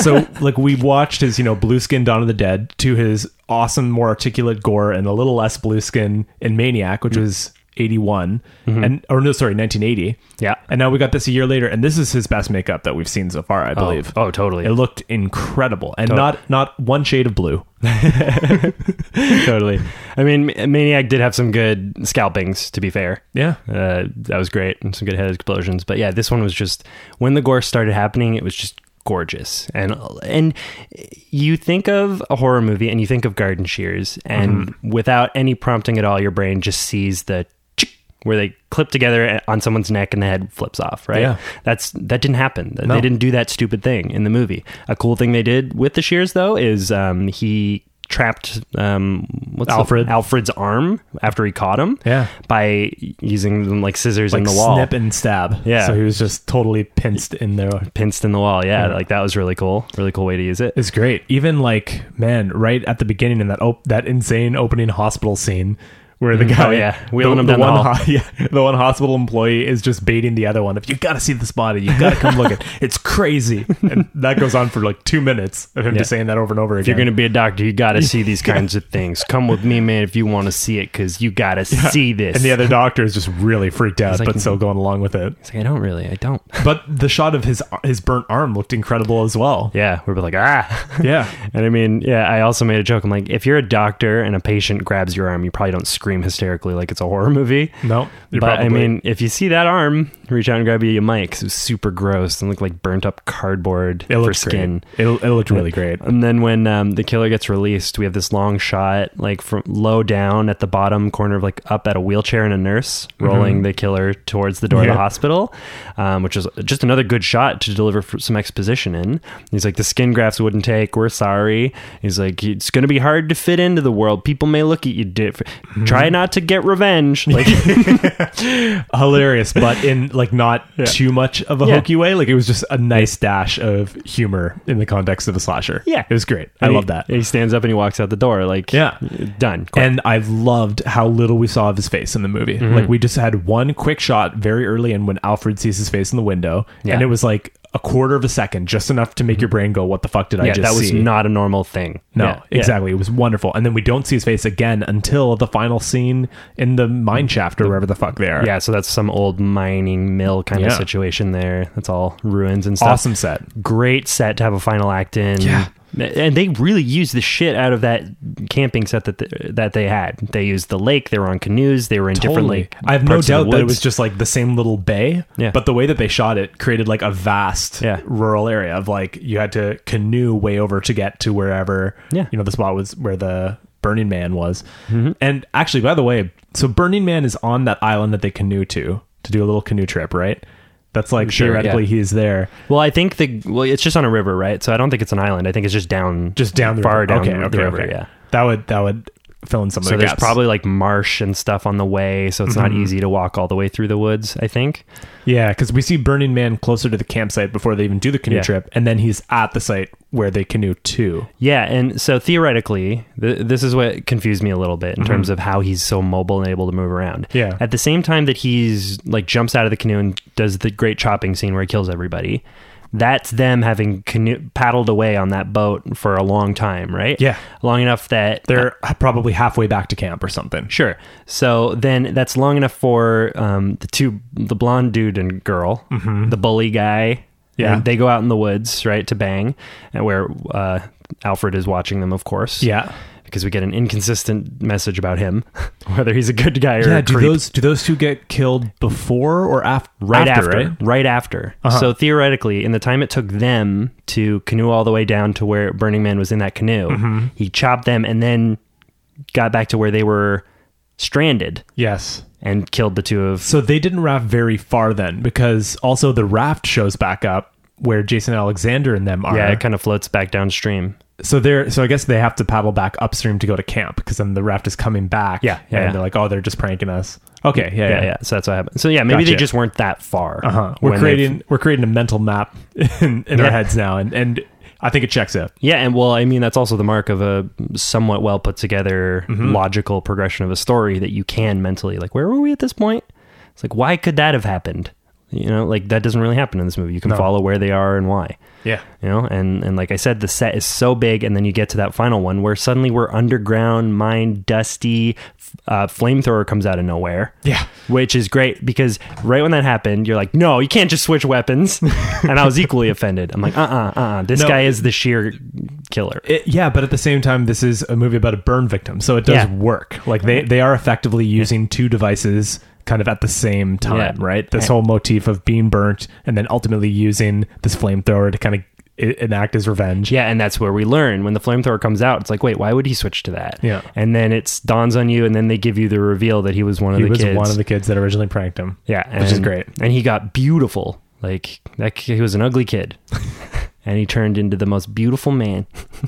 so like we've watched his you know Blue Skin Dawn of the Dead to his awesome more articulate gore and a little less Blue Skin in Maniac,
Mm-hmm.
which was. 81 and or no sorry 1980
Yeah.
and now we got this a year later and this is his best makeup that we've seen so far i believe
oh, totally.
it looked incredible and not not one shade of blue
totally. I mean M- Maniac did have some good scalpings to be fair.
yeah
uh, that was great and some good head explosions. But yeah, this one was just when the gore started happening, it was just gorgeous. And and you think of a horror movie and you think of garden shears, and
Mm-hmm.
without any prompting at all, your brain just sees the chick where they clip together on someone's neck and the head flips off. Right?
Yeah.
That's that didn't happen.
No.
They didn't do that stupid thing in the movie. A cool thing they did with the shears though is um, he trapped um, what's the-
Alfred.
Alfred's arm after he caught him
Yeah.
by using them like scissors in
like
the wall,
snip and stab.
Yeah.
So he was just totally pinched in there.
pinched in the wall. Yeah, like that was really cool. Really cool way to use it.
It's great. Even like man, right at the beginning in that op- that insane opening hospital scene where the guy,
Oh, yeah. Wheeling
the,
him
the
down the
one,
hall.
ho- yeah, the one hospital employee is just baiting the other one. If you gotta see this body, you gotta come look at. It's crazy, and that goes on for like two minutes of him
Yeah.
just saying that over and over again.
If you're going to be a doctor, you got to see these kinds of things. Come with me, man, if you want to see it, because you got to see this.
and the other doctor is just really freaked out,
like,
but still going along with it.
It's like, I don't really. I don't.
But the shot of his his burnt arm looked incredible as well.
Yeah, we're like, ah.
Yeah.
And I mean, yeah, I also made a joke. I'm like, if you're a doctor and a patient grabs your arm, you probably don't scream hysterically like it's a horror movie.
No, you're
but I
probably-
mean, if you see that arm, reach out and grab you a mic. 'cause It was super gross and looked like burnt up cardboard
it
for
looked
skin.
Great. It, it looked really great.
And then when um, the killer gets released, we have this long shot, like from low down at the bottom corner of like up at a wheelchair and a nurse rolling the killer towards the door of
Mm-hmm. Yeah.
the hospital, um, which is just another good shot to deliver for some exposition in. He's like, the skin grafts wouldn't take. We're sorry. He's like, it's going to be hard to fit into the world. People may look at you. Diff-
Mm-hmm.
Try not to get revenge. Like,
Hilarious, but in like not too much of a
Yeah.
hokey way. Like it was just a nice dash of humor in the context of a slasher.
Yeah.
It was great. I
And he-
love that.
He stands up and he walks out the door. Like,
Yeah.
done.
And I loved how little we saw of his face in the movie.
Mm-hmm.
Like we just had one quick shot very early in when Alfred sees his face in the window,
Yeah. Mm-hmm.
and it was like a quarter of a second, just enough to make your brain go, "What the fuck did I
yeah,
just
that was
see?"
not a normal thing.
No,
Yeah, yeah.
exactly. It was wonderful. And then we don't see his face again until the final scene in the mine shaft or wherever the fuck they are.
Yeah, so that's some old mining mill kind of
Yeah.
situation there. That's all ruins and stuff.
Awesome set.
Great set to have a final act in.
Yeah.
And they really used the shit out of that camping set that th- that they had. They used the lake. They were on canoes. They were in different
Totally.
lake.
I have no
parts of the
doubt that it
woods.
was just like the same little bay.
Yeah.
But the way that they shot it created like a vast
Yeah.
rural area of like you had to canoe way over to get to wherever
Yeah. Mm-hmm.
you know the spot was where the Burning Man was. And actually, by the way, so Burning Man is on that island that they canoe to to do a little canoe trip, right? That's like
Sure,
theoretically
yeah.
he's there.
Well, I think the well, it's just on a river, right? So I don't think it's an island. I think it's just down,
just down the
far
river.
down
okay,
the
okay,
river.
okay.
Yeah.
that would that would fill in some
So
of the
there's
gaps.
probably like marsh and stuff on the way, so it's
Mm-hmm.
not easy to walk all the way through the woods. I think.
yeah, because we see Burning Man closer to the campsite before they even do the canoe
Yeah.
trip, and then he's at the site where they canoe to.
Yeah, and so theoretically, th- this is what confused me a little bit in terms of how he's so mobile and able to move around.
Mm-hmm. Yeah.
At the same time that he's like jumps out of the canoe and does the great chopping scene where he kills everybody. That's them having canoe- paddled away on that boat for a long time, right?
Yeah.
long enough that uh,
They're probably halfway back to camp or something.
Sure. So then that's long enough for um, the two, the blonde dude and girl, the bully guy.
Mm-hmm. Yeah.
And they go out in the woods, right, to bang, and where uh, Alfred is watching them, of course.
Yeah,
Because we get an inconsistent message about him, whether he's a good guy or
yeah.
a
Do
creep.
those do those two get killed before or after? Uh-huh.
right after, right? after. So theoretically, in the time it took them to canoe all the way down to where Burning Man was in that canoe,
Mm-hmm.
he chopped them and then got back to where they were stranded
Yes.
and killed the two of
So they didn't raft very far then, because also the raft shows back up where Jason Alexander and them are.
Yeah, it kind of floats back downstream.
so they're so I guess they have to paddle back upstream to go to camp because then the raft is coming back.
Yeah, yeah,
and
yeah.
they're like, oh, they're just pranking us. Okay,
Yeah,
yeah, yeah.
yeah. So that's what happened. So yeah, maybe they
Gotcha.
just weren't that far.
Uh-huh. We're
when they-
creating we're creating a mental map in, in our
Yeah.
heads now, and and I think it checks out.
Yeah, and well, I mean that's also the mark of a somewhat well put together logical progression of a story that you can mentally like. Where were we at this point? It's like why could that have happened? You know, like that doesn't really happen in this movie. You can follow where they are and why.
Yeah,
You know, and and like I said, the set is so big, and then you get to that final one where suddenly we're underground, mine, dusty. f- Uh, flamethrower comes out of nowhere.
yeah.
which is great because right when that happened, you're like, no, you can't just switch weapons. and I was equally offended. I'm like, uh uh-uh, uh, this
No.
guy is the sheer killer.
It, yeah, but at the same time, this is a movie about a burn victim, so it does
Yeah.
work. Like they they are effectively using two devices kind of at the same time,
Yeah.
right? This
Yeah.
whole motif of being burnt and then ultimately using this flamethrower to kind of e- enact his revenge.
yeah, and that's where we learn when the flamethrower comes out. It's like, wait, why would he switch to that?
Yeah.
and then it's dawns on you, and then they give you the reveal that he was one of
He
the
was
kids.
one of the kids that originally pranked him.
yeah, and,
is great.
And he got beautiful. Like that, ki- he was an ugly kid, and he turned into the most beautiful man.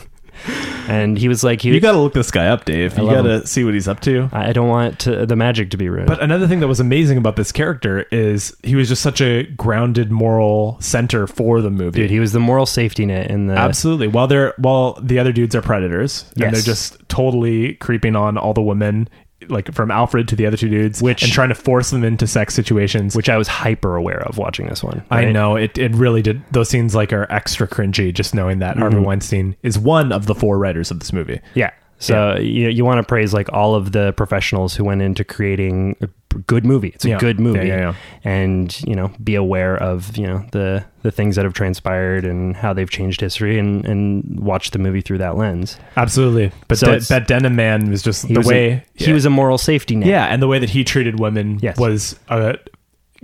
and he was like, he,
You gotta look this guy up, Dave. You
love
gotta see what he's up to.
I I don't want to, the magic to be ruined.
But uh, another thing that was amazing about this character is he was just such a grounded moral center for the movie.
Dude, he was the moral safety net in the
Absolutely. While they're while the other dudes are predators
Yes.
and they're just totally creeping on all the women like from Alfred to the other two dudes,
Which-
and trying to force them into sex situations.
which I was hyper aware of watching this one.
I
right?
know it. It really did. Those scenes like are extra cringy. Just knowing that Harvey
Mm-hmm.
Weinstein is one of the four writers of this movie.
Yeah. So you you want to praise like all of the professionals who went into creating a p- good movie. It's a
Yeah.
good movie,
Yeah, yeah,
and you know be aware of you know the the things that have transpired and how they've changed history, and and watch the movie through that lens.
Absolutely. But
So
that
it's-
that denim man was just the
was
way
a, he was a moral safety net.
Yeah, and the way that he treated women
Yes.
was a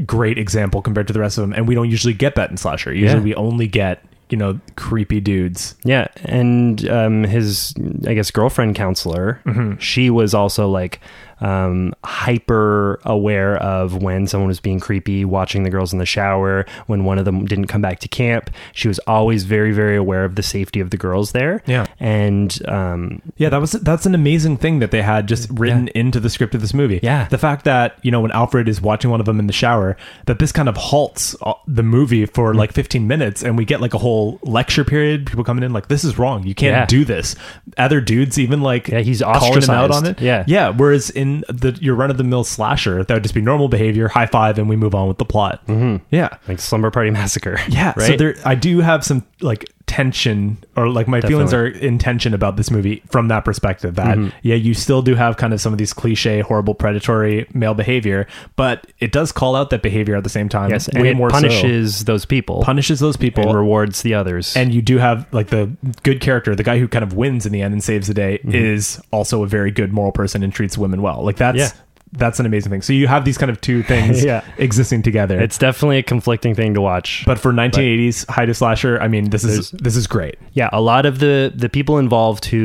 great example compared to the rest of them. And we don't usually get that in slasher. Usually,
Yeah.
we only get you know creepy dudes.
Yeah, and um, his I guess girlfriend counselor,
Mm-hmm.
she was also like um, hyper aware of when someone was being creepy, watching the girls in the shower, when one of them didn't come back to camp. She was always very very aware of the safety of the girls there.
Yeah.
and um,
Yeah, that was that's an amazing thing that they had just written into the script of this movie.
Yeah.
the fact that you know when Alfred is watching one of them in the shower, that this kind of halts uh, the movie for
Mm.
like 15 minutes, and we get like a whole lecture period. People coming in like, "This is wrong. You can't
Yeah.
do this." Other dudes even like,
Yeah, he's
calling him out on
ostracized.
it.
Yeah.
yeah. Whereas in the your run of the mill slasher, that would just be normal behavior, high five, and we move on with the plot. Mm-hmm. Yeah,
like slumber party massacre.
yeah,
right.
so there I do have some like tension or like my feelings are in tension about this movie from that perspective that
Mm-hmm.
yeah, you still do have kind of some of these cliche horrible predatory male behavior, but it does call out that behavior at the same time.
yes, and it
so.
punishes those people,
punishes those people
and rewards the others.
and you do have like the good character, the guy who kind of wins in the end and saves the day,
Mm-hmm.
is also a very good moral person and treats women well. Like that's
Yeah.
that's an amazing thing. So you have these kind of two things
Yeah.
existing together.
it's definitely a conflicting thing to watch.
but for 1980s Hydra slasher, I mean, this is this is great.
yeah a lot of the the people involved who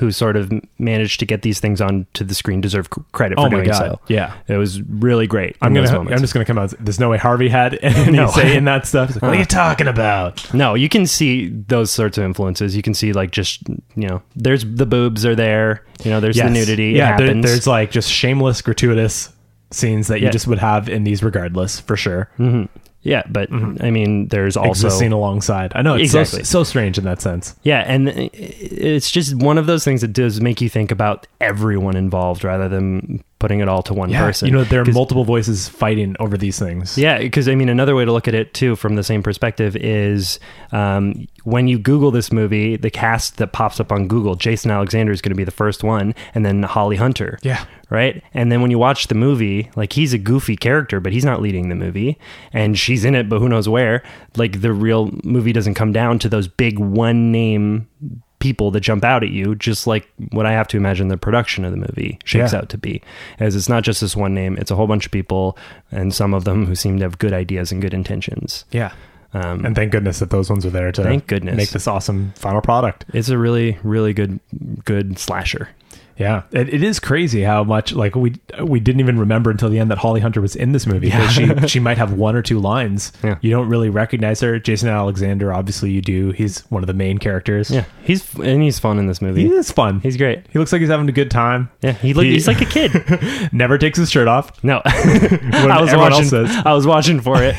who sort of managed to get these things onto the screen deserve c- credit for
Oh my
doing
God.
so
Yeah.
it was really great
I'm
in those
gonna.
moments.
I'm just gonna come out. There's no way Harvey had any
No.
say in that stuff. He's like, what are you talking about?
no you can see those sorts of influences you can see like just you know there's the boobs are there you know there's the
Yes.
nudity it
Yeah. there-
happens.
there's like just shameless, gratuitous scenes that
Yeah. Mm-hmm.
you just would have in these, regardless, for sure.
yeah but
Mm-hmm.
i mean there's also
Existing alongside. I know it's
Exactly.
so, so strange in that sense.
Yeah, and i- it's just one of those things that does make you think about everyone involved rather than putting it all to one person.
You know, there are
'Cause-
multiple voices fighting over these things.
Yeah, because I mean, another way to look at it too, from the same perspective, is um, when you Google this movie, the cast that pops up on Google, Jason Alexander is going to be the first one, and then Holly Hunter.
Yeah.
Right. And then when you watch the movie, like he's a goofy character, but he's not leading the movie, and she's in it, but who knows where? Like the real movie doesn't come down to those big one name people that jump out at you just like what i have to imagine the production of the movie shakes
Yeah.
out to be as it's not just this one name it's a whole bunch of people and some of them who seem to have good ideas and good intentions
Yeah.
um,
And thank goodness that those ones are there to
Thank goodness.
make this awesome final product.
it's a really really good good slasher
Yeah, it, it is crazy how much like we we didn't even remember until the end that Holly Hunter was in this movie. 'cause She she might have one or two lines.
Yeah.
You don't really recognize her. Jason Alexander, obviously, you do. He's one of the main characters.
yeah he's and he's fun in this movie
he is fun.
he's great
he looks like he's having a good time.
yeah he look,
He-
he's like a kid
Never takes his shirt off.
No,
What
I was
everyone else
watching.
says.
I was watching for it.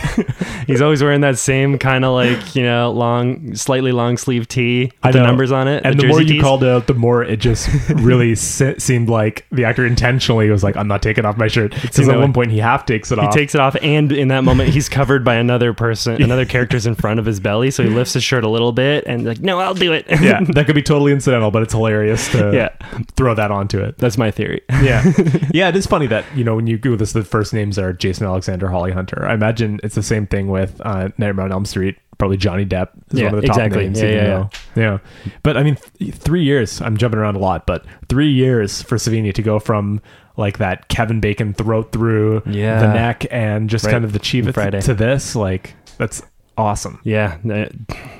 He's always wearing that same kind of like you know long, slightly long sleeve tee
I
with the
know.
numbers on it.
And the,
jersey
more you
tees.
called out, the more it just really se- seemed like the actor intentionally was like, "I'm not taking off my shirt." Because
you know,
at one point he half takes it
he
off.
takes it off, and in that moment, he's covered by another person, another character's in front of his belly. So he lifts his shirt a little bit, and like, no, I'll do it.
yeah, that could be totally incidental, but it's hilarious to
Yeah.
throw that onto it.
that's my theory.
yeah yeah it is funny that you know when you google this the first names are jason alexander holly hunter i imagine it's the same thing with uh, nightmare on elm street probably johnny depp is
Yeah,
one of the top
exactly.
names
Yeah,
even
yeah,
though- yeah but i mean th- three years i'm jumping around a lot but three years for savini to go from like that kevin bacon throat through
Yeah.
the neck and just
Right.
kind of the chief
Friday.
to this like that's awesome
Yeah, uh,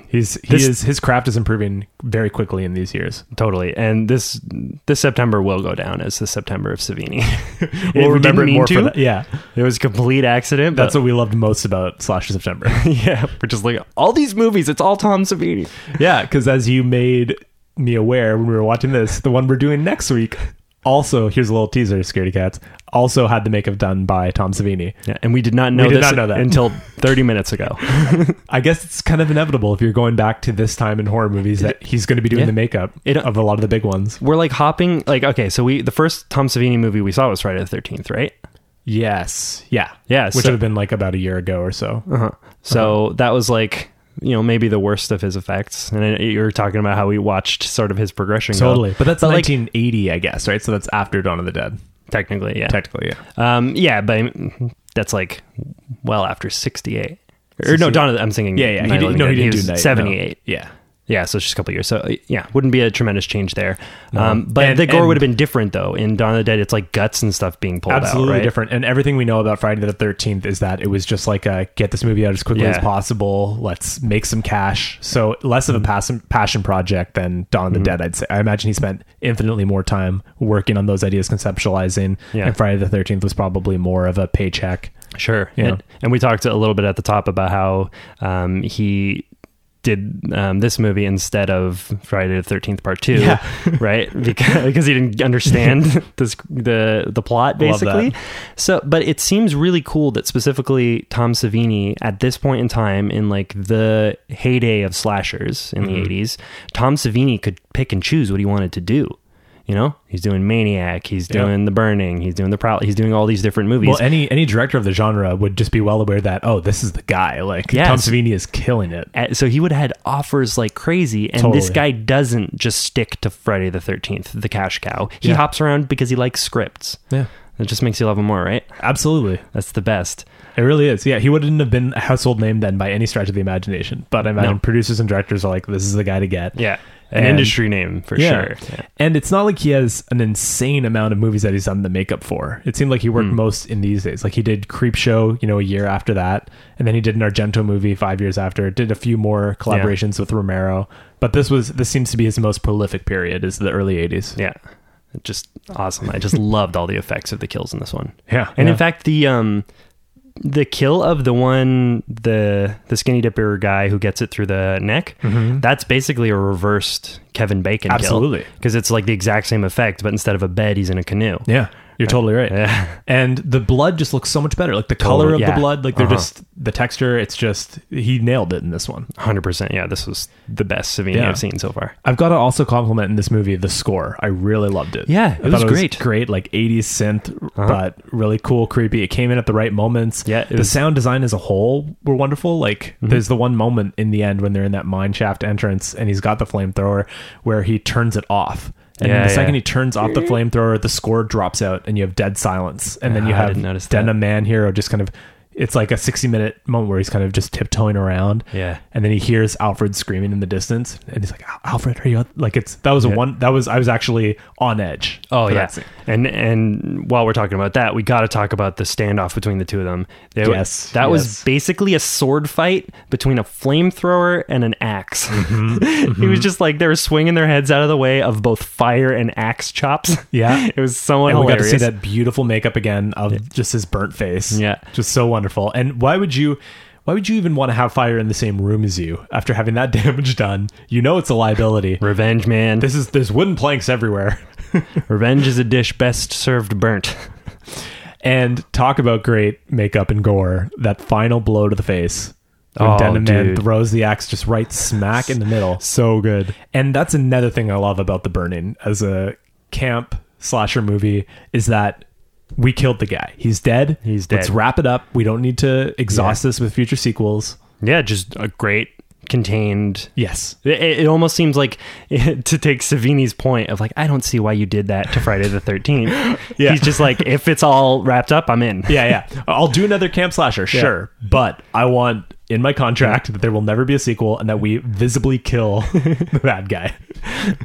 he's he
This-
is his craft is improving very quickly in these years
totally. And this this September will go down as the September of Savini.
we'll remember it more
to.
for that yeah
It was a complete accident. But
that's what we loved most about slash september
yeah, we're just like all these movies. It's all Tom Savini.
Yeah, because as you made me aware when we were watching this, the one we're doing next week also, here's a little teaser, Scaredy Cats, also had the makeup done by Tom Savini.
Yeah, and we did not know
We did
this
not know that.
until 30 minutes ago.
I guess it's kind of inevitable if you're going back to this time in horror movies that he's going to be doing
Yeah.
the makeup
It-
of a lot of the big ones.
We're like hopping, like okay, so we the first Tom Savini movie we saw was Friday the 13th, right?
Yes. Yeah.
Yeah,
Which
so-
would have uh-huh. been like about a year ago or so.
So that was like you know maybe the worst of his effects, and I- you were talking about how we watched sort of his progression. go.
Totally. But that's
like-
1980, I guess, right? So that's after Dawn of the Dead,
technically, yeah,
technically. Yeah.
um, yeah, but I- that's like well after 68. Or no, Dawn of the, I'm thinking
Yeah, yeah. He
Night of the
did-
Living
no, he
Dead.
didn't do
was
Night, no.
78.
Yeah.
Yeah, so it's just a couple years. So yeah, wouldn't be a tremendous change there. Um, but
And-
the gore
and-
would have been different though. In Dawn of the Dead, it's like guts and stuff being pulled
Absolutely
out. right?
different. And everything we know about Friday the 13th is that it was just like a get this movie out as quickly as
Yeah.
possible. Let's make some cash. So less
Mm-hmm.
of a passion, passion project than Dawn of the Dead, I'd say. I imagine he spent infinitely more time working on those ideas, conceptualizing.
Yeah.
And Friday the 13th was probably more of a paycheck.
Sure.
Yeah.
And, and we talked a little bit at the top about how um, he did um, this movie instead of Friday the Thirteenth Part Two,
Yeah.
right? Because, because he didn't understand this the the plot
Love that.
basically. So, but it seems really cool that specifically Tom Savini at this point in time, in like the heyday of slashers
Mm-hmm.
in the eighties, Tom Savini could pick and choose what he wanted to do. You know, he's doing Maniac, he's
Yeah.
doing The Burning, he's doing The Prowl, he's doing all these different movies.
Well, any any director of the genre would just be well aware that oh, this is the guy. Like
Yes.
Tom Savini is killing it.
at- so he would have had offers like crazy and this guy
Totally.
doesn't just stick to friday the 13th the cash cow he
Yeah.
hops around because he likes scripts
Yeah,
it just makes you love him more right
absolutely.
that's the best
It really is. Yeah, he wouldn't have been a household name then by any stretch of the imagination. But I imagine
No.
producers and directors are like, this is the guy to get.
an
And-
industry name for
Yeah.
sure yeah.
And it's not like he has an insane amount of movies that he's done the makeup for. It seemed like he
Hmm.
worked most in these days. Like he did Creep Show, you know, a year after that. And then he did an Argento movie five years after. Did a few more collaborations with Romero. But this was this seems to be his most prolific period is the early eighties.
Yeah. just awesome i just loved all the effects of the kills in this one
Yeah.
and
Yeah.
in fact the um the kill of the one the the skinny dipper guy who gets it through the neck that's basically a reversed kevin bacon
Mm-hmm. Absolutely.
because it's like the exact same effect but instead of a bed he's in a canoe
Yeah. You're totally right.
Yeah.
And the blood just looks so much better. Like the color
Totally,
of
yeah.
the blood, like they're
Uh-huh.
just the texture, it's just he nailed it in this one.
Hundred percent. Yeah, this was the best Savini
Yeah.
I've seen so far.
I've got to also compliment in this movie the score. I really loved it.
Yeah,
I
it was
thought
great. Uh-huh.
Great, like 80s synth, but really cool, creepy. It came in at the right moments.
Yeah, it
the
was- Mm-hmm.
sound design as a whole were wonderful. Like there's the one moment in the end when they're in that mine shaft entrance and he's got the flamethrower where he turns it off. And
Yeah,
the second
yeah.
he turns off the flamethrower, the score drops out and you have dead silence. And then
Ah,
you
I
have
didn't notice that.
Denim Man Hero just kind of it's like a 60 minute moment where he's kind of just tiptoeing around.
Yeah.
And then he hears Alfred screaming in the distance and he's like, "Al- Alfred, are you out? like it's that was a one that was I was actually on edge.
Oh,
for that scene.
and and while we're talking about that, we got to talk about the standoff between the two of them. They-
Yes,
that was
yes.
basically a sword fight between a flamethrower and an ax
Mm-hmm.
He was just like they were swinging their heads out of the way of both fire and axe chops.
Yeah.
it was somewhat
And we got to
hilarious.
see that beautiful makeup again of just his burnt face.
Yeah.
Just so wonderful. And why would you why would you even want to have fire in the same room as you after having that damage done? You know it's a liability.
Revenge, man.
This is there's wooden planks everywhere.
Revenge is a dish best served burnt.
And talk about great makeup and gore. That final blow to the face. When
Oh,
Denim Man
dude.
throws the axe just right smack in the middle.
So good.
And that's another thing I love about The Burning as a camp slasher movie is that we killed the guy. He's dead.
He's
Let's
dead.
wrap it up. We don't need to exhaust this with future sequels.
Yeah, just a great contained
Yes.
It, it it almost seems like to take Savini's point of like, I don't see why you did that to Friday the 13th.
Yeah.
He's just like, if it's all wrapped up, I'm in.
Yeah, yeah. I'll do another camp slasher, sure. But I want in my contract that there will never be a sequel and that we visibly kill the bad guy.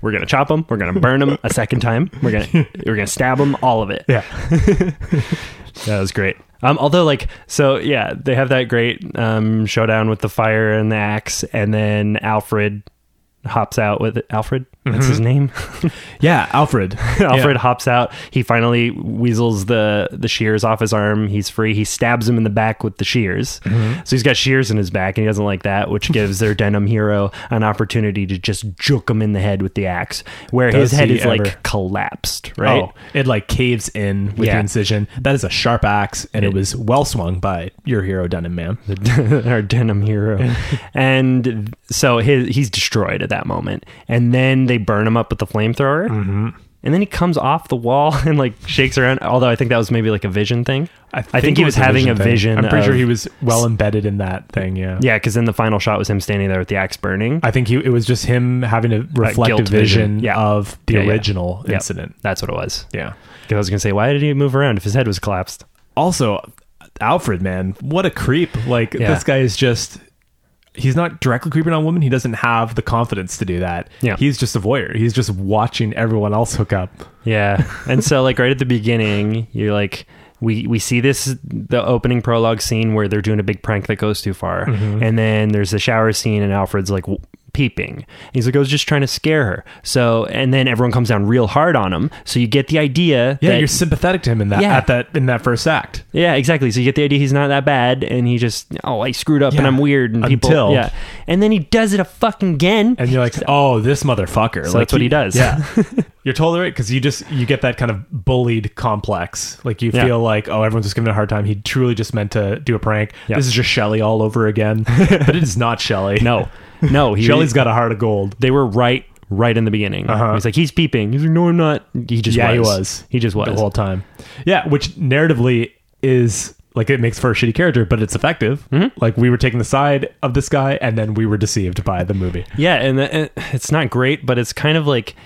We're going to chop him. We're going to burn him a second time. We're going to, we're going to stab him, all of it.
Yeah.
That was great. Um, although like, so yeah, they have that great, um, showdown with the fire and the ax and then Alfred hops out with Alfred. That's his name.
Yeah, Alfred.
Alfred hops out. He finally weasels the the shears off his arm. He's free. He stabs him in the back with the shears.
Mm-hmm.
So he's got shears in his back, and he doesn't like that, which gives their denim hero an opportunity to just juke him in the head with the axe, where
Does
his head
he
is
ever?
like collapsed. Right?
Oh, it like caves in with
Yeah.
your incision. That is a sharp axe, and it, was well swung by your hero, Dunham Man.
our denim hero. and so his, he's destroyed at that moment. And then they burn him up with the flamethrower. Mm-hmm. And then he comes off the wall and like shakes around. Although I think that was maybe like a vision thing. I think, he
it
was, having a
thing.
vision.
I'm pretty sure
of-
he was well embedded in that thing. Yeah,
Yeah, because then the final shot was him standing there with the axe burning.
I think he, it was just him having a
guilt
reflective
vision.
vision,
Yeah.
of the
Yeah, yeah.
original
Yep,
incident.
that's what it was.
Yeah.
'Cause I was gonna say, why did he move around if his head was collapsed?
Also, Alfred, man, what a creep! Like
Yeah.
this guy is just. He's not directly creeping on women. He doesn't have the confidence to do that.
Yeah.
He's just a voyeur. He's just watching everyone else hook up.
Yeah. And so like right at the beginning, you're like we we see this the opening prologue scene where they're doing a big prank that goes too far.
Mm-hmm.
And then there's the shower scene and Alfred's like w- peeping. He's like I was just trying to scare her. So and then everyone comes down real hard on him. So you get the idea
Yeah,
that
you're sympathetic to him in that
Yeah.
at that in that first act.
Yeah, exactly. So you get the idea he's not that bad and he just oh, I screwed up and
Yeah.
I'm weird and people
Until-
yeah. And then he does it a fucking again.
and you're like, oh, this motherfucker.
So
like,
that's what he does.
Yeah, you're totally right because you just you get that kind of bullied complex. Like you
Yeah.
feel like, oh, everyone's just giving him a hard time. He truly just meant to do a prank.
Yeah.
This is just Shelly all over again, but it is not Shelly.
no. No, he
Shelly's got a heart of gold.
they were right right in the beginning. He's like, he's peeping. He's like, no, I'm not. He just
yeah,
was.
he was.
He just was.
the whole time. Yeah, which narratively is like it makes for a shitty character, but it's effective.
Mm-hmm.
Like we were taking the side of this guy, and then we were deceived by the movie.
yeah, and the, and it's not great, but it's kind of like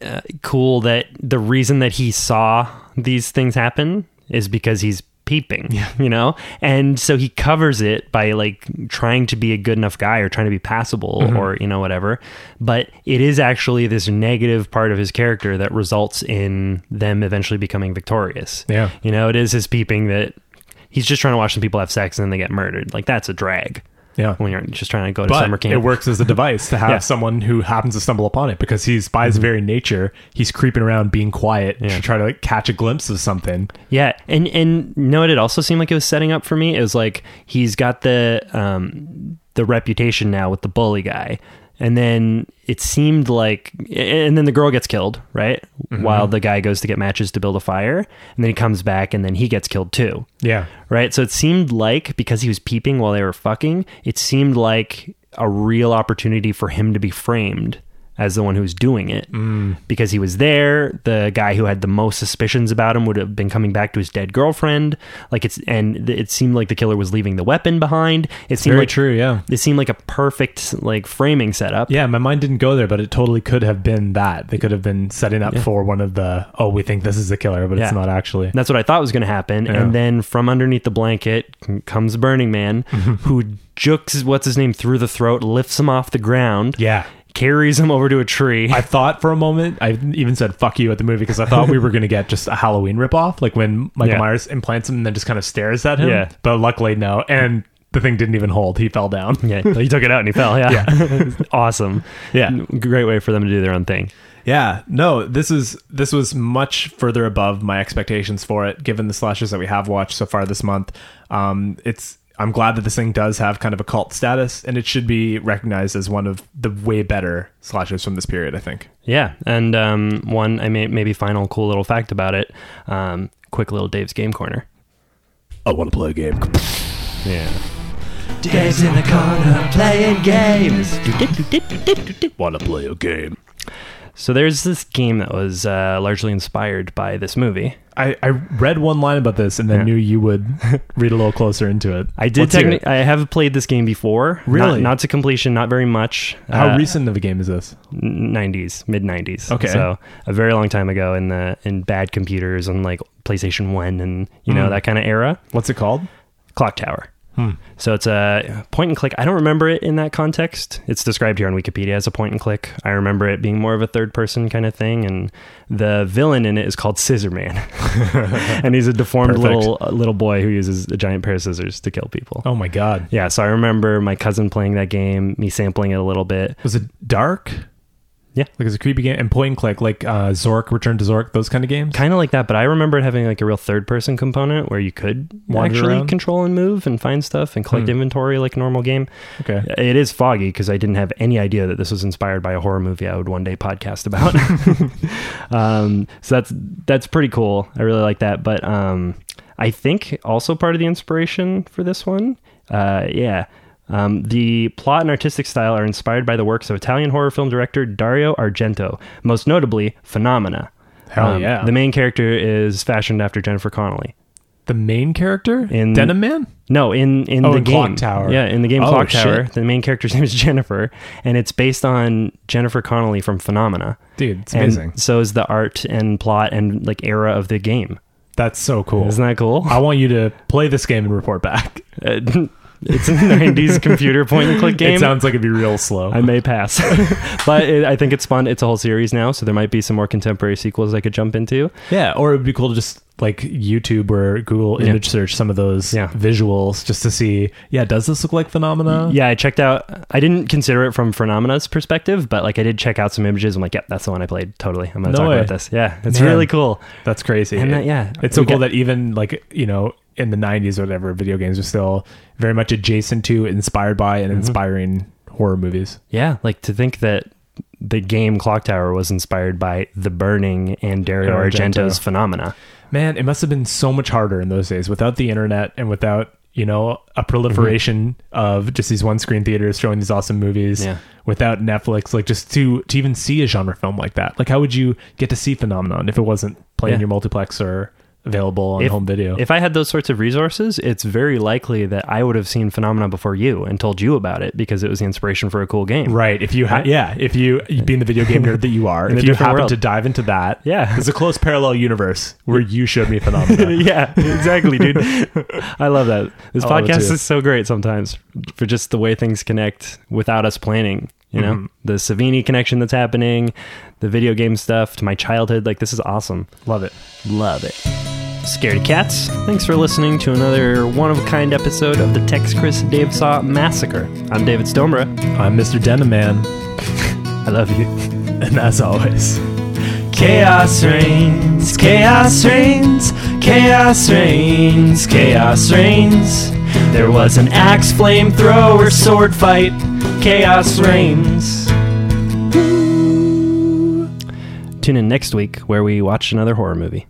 uh, cool that the reason that he saw these things happen is because he's peeping, you know? And so he covers it by like trying to be a good enough guy or trying to be passable
Mm-hmm.
or, you know, whatever. But it is actually this negative part of his character that results in them eventually becoming victorious.
Yeah.
You know, it is his peeping that he's just trying to watch some people have sex and then they get murdered. Like that's a drag.
Yeah.
When you're just trying to go to
but
summer camp.
it works as a device to have
Yeah.
someone who happens to stumble upon it because he's by his very nature he's creeping around being quiet
Yeah.
to try to like catch a glimpse of something
Yeah, and and you know what it also seemed like it was setting up for me. It was like he's got the um the reputation now with the bully guy. And then it seemed like and then the girl gets killed, right? While the guy goes to get matches to build a fire, and then he comes back and then he gets killed too.
yeah
Right? So it seemed like because he was peeping while they were fucking, it seemed like a real opportunity for him to be framed as the one who was doing it. Mm. Because he was there, the guy who had the most suspicions about him would have been coming back to his dead girlfriend. Like it's and th- it seemed like the killer was leaving the weapon behind. It seemed like
yeah
It seemed like a perfect like framing setup.
yeah my mind didn't go there but it totally could have been that they could have been setting up for one of the oh we think this is the killer but it's
Yeah.
not actually
That's what I thought was going to happen.
Yeah.
And then from underneath the blanket comes Burning Man, who jukes what's his name through the throat, lifts him off the ground,
yeah
carries him over to a tree.
I thought for a moment, I even said "fuck you" at the movie because I thought we were going to get just a Halloween ripoff, like when Michael
Yeah.
Myers implants him and then just kind of stares at him.
Yeah.
But luckily, no. And the thing didn't even hold; he fell down.
yeah, he took it out and he fell. Yeah, awesome.
Yeah.
great way for them to do their own thing.
Yeah, no, this is this was much further above my expectations for it, given the slashers that we have watched so far this month. Um, it's I'm glad that this thing does have kind of a cult status, and it should be recognized as one of the way better slashers from this period. I think.
Yeah, and um, one I may maybe final cool little fact about it. Um, quick little Dave's game corner.
I want to play a game.
Yeah,
Dave's in the corner playing games.
Want to play a game.
so there's this game that was uh, largely inspired by this movie.
I, I read one line about this and then knew you would read a little closer into it.
I did.
Let's hear
Techni-
it.
I have played this game before. Not- Not,
Really?
to completion. Not very much.
How
Uh,
recent of a game is this?
90s mid 90s
Okay.
so a very long time ago in the in bad computers and like playstation 1 and you know
Mm.
that kind of era
What's it called?
clock tower
Hmm.
so it's a point and click i don't remember it in that context it's described here on wikipedia as a point and click i remember it being more of a third person kind of thing and the villain in it is called scissor man and he's a deformed
Perfect.
little uh, little boy who uses a giant pair of scissors to kill people
Oh my god.
yeah so i remember my cousin playing that game me sampling it a little bit
Was it dark?
Yeah.
like it's a creepy game and point and click, like uh, Zork, Return to Zork, those kind of games.
kind of like that, but I remember it having like a real third person component where you could Hmm.
Wander
actually
around?
control and move and find stuff and collect inventory like a normal game.
Okay,
It is foggy because I didn't have any idea that this was inspired by a horror movie I would one day podcast about. um, so that's that's pretty cool. I really like that. But um, I think also part of the inspiration for this one, uh, yeah. Um, the plot and artistic style are inspired by the works of Italian horror film director Dario Argento, most notably Phenomena.
Hell yeah.
The main character is fashioned after Jennifer Connelly.
the main character
In-
Denim Man.
No, in in
Oh,
the
in
game
Clock Tower.
Yeah, in the game
Oh,
Clock
shit.
Tower, the main character's name is Jennifer, and it's based on Jennifer Connelly from Phenomena.
Dude, it's
And
amazing.
so is the art and plot and like era of the game.
That's so cool.
Isn't that cool?
I want you to play this game and report back.
Uh, it's a '90s computer point and click game.
It sounds like it'd be real slow.
I may pass, but it, I think it's fun. It's a whole series now, so there might be some more contemporary sequels I could jump into.
yeah, or it'd be cool to just like YouTube or Google
Yeah.
image search some of those
Yeah.
visuals just to see. Yeah, does this look like Phenomena?
yeah, I checked out. I didn't consider it from Phenomena's perspective, but like I did check out some images. I'm like, yep, that's the one I played. Totally, I'm gonna
No
talk
way.
about this. Yeah, it's
Man.
really cool.
That's crazy.
And that- yeah,
It's so
we
cool
got-
that even like, you know, in the 90s or whatever, video games are still very much adjacent to, inspired by,
Mm-hmm.
and inspiring horror movies.
Yeah, like to think that the game Clock Tower was inspired by The Burning and Dario
Dario Argento.
Argento's Phenomena.
Man, it must have been so much harder in those days without the internet and without, you know, a proliferation of just these one screen theaters showing these awesome movies.
Yeah.
Without Netflix, like just to to even see a genre film like that. Like how would you get to see phenomenon if it wasn't playing
Yeah.
your multiplex or available on
If-
home video?
If I had those sorts of resources, it's very likely that I would have seen Phenomena before you and told you about it because it was the inspiration for a cool game.
Right. If you had,
Right?
yeah. If you being the video game nerd that you are,
In a
if you
different
happen
world.
to dive into that,
Yeah.
there's a close parallel universe where you showed me phenomena.
yeah, exactly, dude. I love that. This
I love it
podcast
too.
is so great sometimes for just the way things connect without us planning. You know,
Mhm.
the Savini connection that's happening, the video game stuff to my childhood. Like, this is awesome.
Love it.
Love it. Scared cats, thanks for listening to another one of a kind episode of the Tex Chris Dave Saw Massacre. I'm David Stomra.
I'm Mr. Denaman,
I love you.
and as always,
Chaos reigns, chaos reigns, chaos reigns, chaos reigns. There was an axe, flamethrower, sword fight. Chaos reigns. Tune in next week where we watch another horror movie.